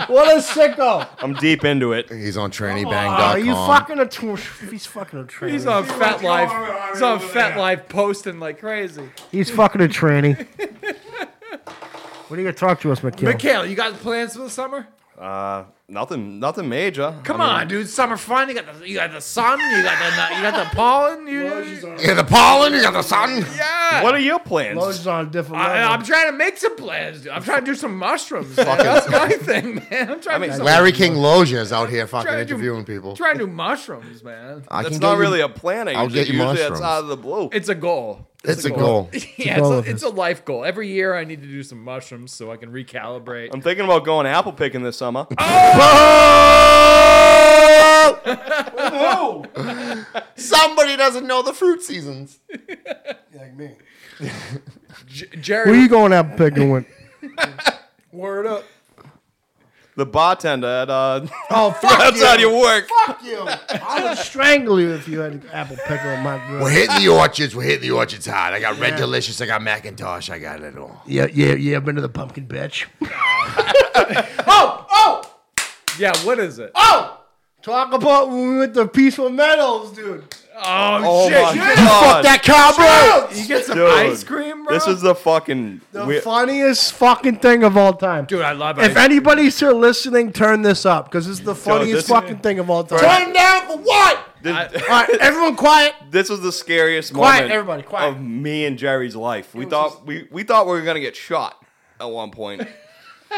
what a sicko!
I'm deep into it. He's on trannybang.com.
Are you fucking a tw- he's fucking a tranny.
He's on Fat Life. He's on Fat Life posting like crazy.
He's fucking a tranny. what are you gonna talk to us, McKeel?
Mikhail, you got plans for the summer?
Uh, nothing, nothing major.
Come
I mean-
on, dude. Summer fun. You got the you got the sun. You got the you got the pollen. You,
Yeah, the pollen. You got the sun.
Yeah.
What are your plans?
Loads on a different
I,
level.
I'm trying to make some plans. Dude. I'm trying to do some mushrooms. man. That's my thing, man. I'm trying to do some
Larry King Loja is out here fucking
Trying to-
interviewing people.
Trying to do mushrooms, man.
I That's can not get you- really a plan, I I'll usually- get you usually that's mushrooms. out
of the blue. It's a goal.
It's a goal.
yeah,
It's a
it's,
goal
a,
of
it's a life goal. Every year, I need to do some mushrooms so I can recalibrate.
I'm thinking about going apple picking this summer.
Somebody doesn't know the fruit seasons.
like me.
J-
Where you going out picking with?
Word up.
The bartender at uh,
oh
outside your work.
Fuck you! I would strangle you if you had apple pickle in my grill.
We're hitting the orchards. We're hitting the orchards hard. I got Red Delicious. I got Macintosh. I got it all.
Yeah, yeah, yeah. I've been to the pumpkin bitch.
oh, oh. Yeah, what is it?
Oh, talk about when we went to Peaceful Meadows, dude.
Oh,
shit. my
Yes.
God.
Fuck that car, bro.
You get some
Dude,
ice cream, bro.
This is the fucking.
The
we-
funniest fucking thing of all time,
dude. I love
If anybody's here listening, turn this up because it's the funniest
this-
fucking thing of all time.
Turn
down for what?
This,
All right, everyone, quiet.
this was the scariest
Quiet,
moment
everybody, quiet.
of me and Jerry's life. We thought we, we thought we were gonna get shot at one point.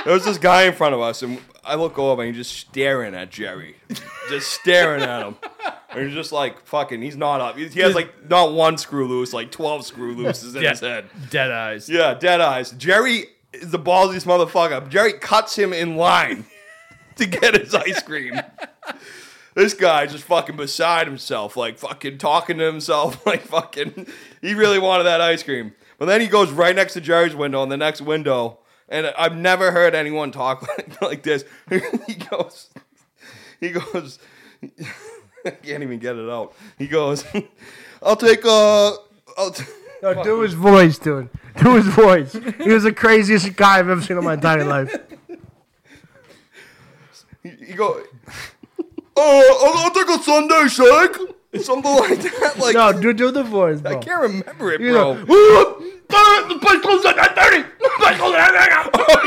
there was this guy in front of us, and I look over and he's just staring at Jerry, just staring at him. And he's just like fucking. He's not up. He he has like not one screw loose, like twelve screw looses in
Yeah.
his head.
Dead eyes.
Yeah, dead eyes. Jerry is the ballsiest motherfucker. Jerry cuts him in line to get his ice cream. This guy just fucking beside himself, like fucking talking to himself, like fucking. He really wanted that ice cream, but then he goes right next to Jerry's window, and the next window, and I've never heard anyone talk like, like this. he goes, he goes, I can't even get it out. He goes, I'll take uh, I'll. T-
No, do his voice, dude. Do his voice. He was the craziest guy I've ever seen in my entire life.
You go, oh, I'll, I'll take a Sunday shake. Something like that. Like,
no, dude, do the voice, bro.
I can't remember it,
You
bro.
know,
the place closes at 9.30. The place closes at 9.30. Oh,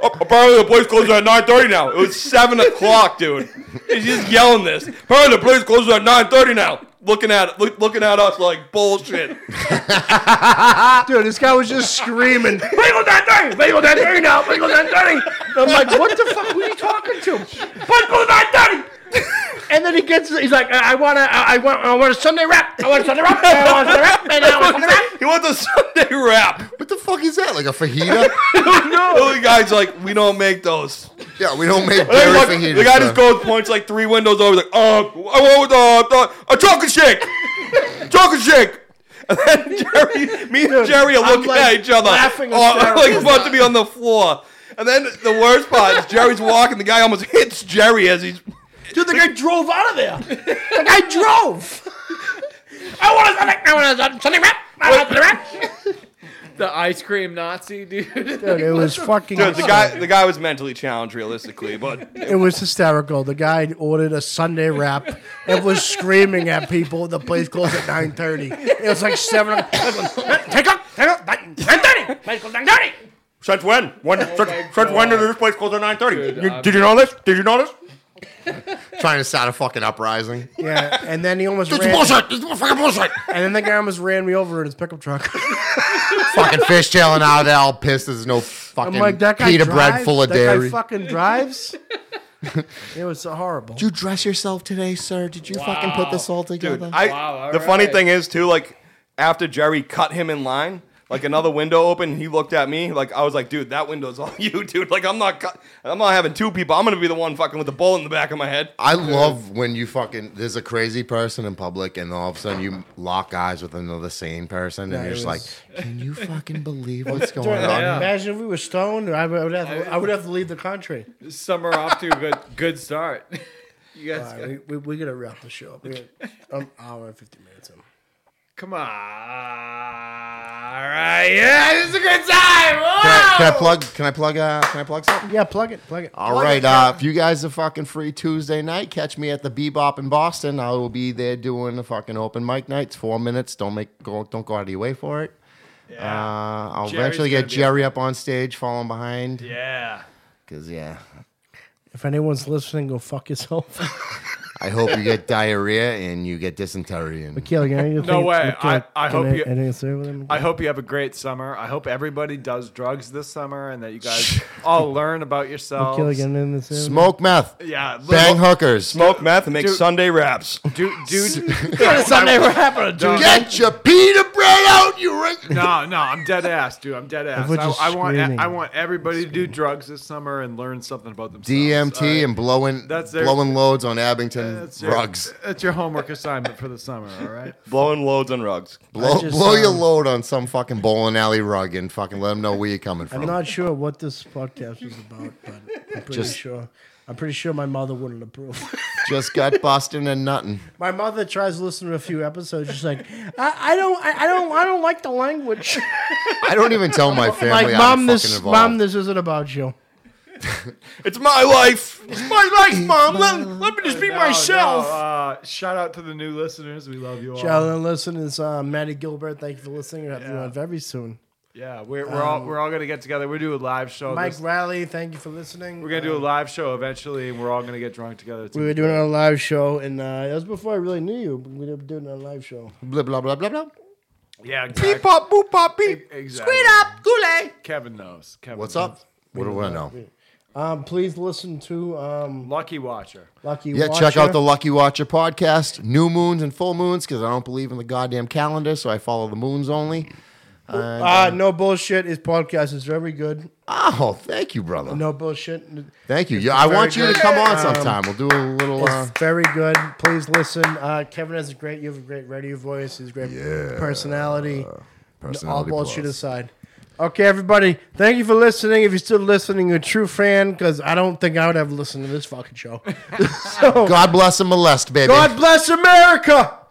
yeah. Apparently the place closes at 9.30 now. It was 7 o'clock, dude. He's just yelling this. Apparently the place closes at 9.30 now. Looking at look, looking at us like bullshit.
Dude, this guy was just screaming. Bagel that thing! Bagel that thing now! Bagel that thing! I'm like, what the fuck? Who are you talking to? Bagel that thing! And then he gets, he's like, I I want to, I I want, I want a Sunday wrap. I want a Sunday wrap. I want a Sunday wrap. And I want a Sunday wrap.
He wants a Sunday wrap.
What the fuck is that? Like a fajita?
no. The guy's like, we don't make those.
yeah, we don't make
And then
berry
fuck-
fajitas.
the guy
bro.
just goes points like three windows over. Like, oh, I want uh, uh, a chocolate shake, chocolate shake. And then Jerry, me and Jerry are
I'm,
looking
like,
at each other,
laughing
Oh, I'm like
hysterically.
about to be on the floor. And then the worst part is Jerry's walking. The guy almost hits Jerry as he's.
Dude, the guy drove out of there. The guy drove. I want a Sunday, I want a Sunday wrap. I want a Sunday wrap.
The ice cream Nazi, dude. Dude,
it was fucking
Dude, the guy, the guy was mentally challenged, realistically, but
It was hysterical. The guy ordered a Sunday wrap and was screaming at people. The place closed at nine thirty. It was like seven. o'clock. Take up, take up, nine thirty. Place closed nine thirty.
since when? When?
Oh
since, since when did this place close at nine thirty?
Dude, I'm-
Did you know this? Did you know this?
trying to start a fucking uprising.
Yeah, and then he almost
This is
ran.
bullshit. This is fucking bullshit.
And then the guy almost ran me over in his pickup truck.
fucking fish tailing out of there, all pissed. There's no fucking
I'm like that guy.
pita
drives?
bread full of
that
dairy.
Guy fucking drives. it was so horrible.
Did you dress yourself today, sir? Did you fucking put this all together?
Dude, I,
Wow, all
the funny
right.
thing is too, like after Jerry cut him in line,
like another window open, and he looked at me like I was like, dude, that window's all you, dude. Like I'm not, cu- I'm not having two people. I'm gonna be the one fucking with the bullet in the back of my head.
I love when you fucking there's a crazy person in public, and all of a sudden you lock eyes with another sane person,
Yeah,
and
it
you're just like,
was-
"Can you fucking believe what's going
Dude,
on?"
Imagine if we were stoned. I would, I would have, I would have to leave the country.
Summer off to a good good start. You guys,
All right, we, we, we gotta wrap the show up. We got an hour and fifty minutes. In.
come on. All right, yeah, this is a good time.
Can I, can I plug? Can I plug? Uh, can I plug something?
Yeah, plug it. Plug it.
All right. Uh, if you guys are fucking free Tuesday night, catch me at the Bebop in Boston. I will be there doing the fucking open mic nights. Four minutes. Don't make go. Don't go out of your way for it. Uh, I'll
Jerry's
eventually
gonna
get
be-
Jerry up on stage, falling behind.
Yeah.
Cause yeah,
If anyone's listening, go fuck yourself.
I hope you get diarrhea and you get dysentery. And
Mikhail, you know, you
No
think-
way.
can
I, I
can
hope you.
can serve with him?
I hope you have a great summer. I hope everybody does drugs this summer and that you guys all learn about yourselves.
again in this area?
Smoke meth.
Yeah,
Bang hookers.
Smoke meth and make
Dude.
Sunday wraps.
Dude, dude,
Sunday
wrap
on a
Get your pita bread out, you ring.
No, no, I'm dead ass, dude. I'm dead ass.
Everyone's just
I, I want,
screaming.
I want everybody to do drugs this summer and learn something about themselves.
DMT
All right.
and blowing
That's their-
blowing loads on Abington
That's your-
rugs.
That's your homework assignment for the summer. All right.
Blowing loads on rugs.
Blow,
I just,
blow your
um,
load on some fucking bowling alley rug and fucking let them know where you're coming from.
I'm not sure what this podcast was about, but I'm pretty
Just-
sure. I'm pretty sure my mother wouldn't approve.
Just got busting and nothing.
my mother tries to listen to a few episodes. She's like, I, I don't, I, I don't, I don't like the language.
I don't even tell my family.
like,
I'm
mom,
fucking
this,
involved.
mom, this isn't about you.
It's my life. It's my life, mom. Let,
let me
just be myself.
No, uh, shout out to the new listeners. We love you all.
Gentlemen, listen, it's uh, Maddie Gilbert. Thank you for listening. We'll have you on very soon.
Yeah, we're, we're all
Um,
we're all gonna get together. We do a live show.
Mike
this-
Riley, thank you for listening.
we're gonna do a live show eventually, and we're all gonna get drunk together.
We were doing our live show, and uh, that was before I really knew you. but We were doing our live show.
Blah blah blah blah blah.
Yeah,
Beep pop boop pop beep.
Exactly.
Squeed up, goulet.
Kevin knows. Kevin
What's
knows.
up? What do I know?
Um, please listen to um,
Lucky Watcher.
Lucky
Yeah,
Watcher.
check out the Lucky Watcher podcast. New moons and full moons because I don't believe in the goddamn calendar, so I follow the moons only. And,
Uh, no bullshit. His podcast is very good.
oh, thank you, brother.
No bullshit.
Thank you.
It's
Yeah, I
very
want you to
good.
come on
Um,
sometime. We'll do a little.
It's
Uh,
very good. Please listen. Uh, Kevin has a great. You have a great radio voice. He's a great personality. All
Uh, personality
bullshit
plus.
aside. Okay, everybody. Thank you for listening. If you're still listening, you're a true fan because I don't think I would have listened to this fucking show. so
God bless and molest, baby.
God bless America.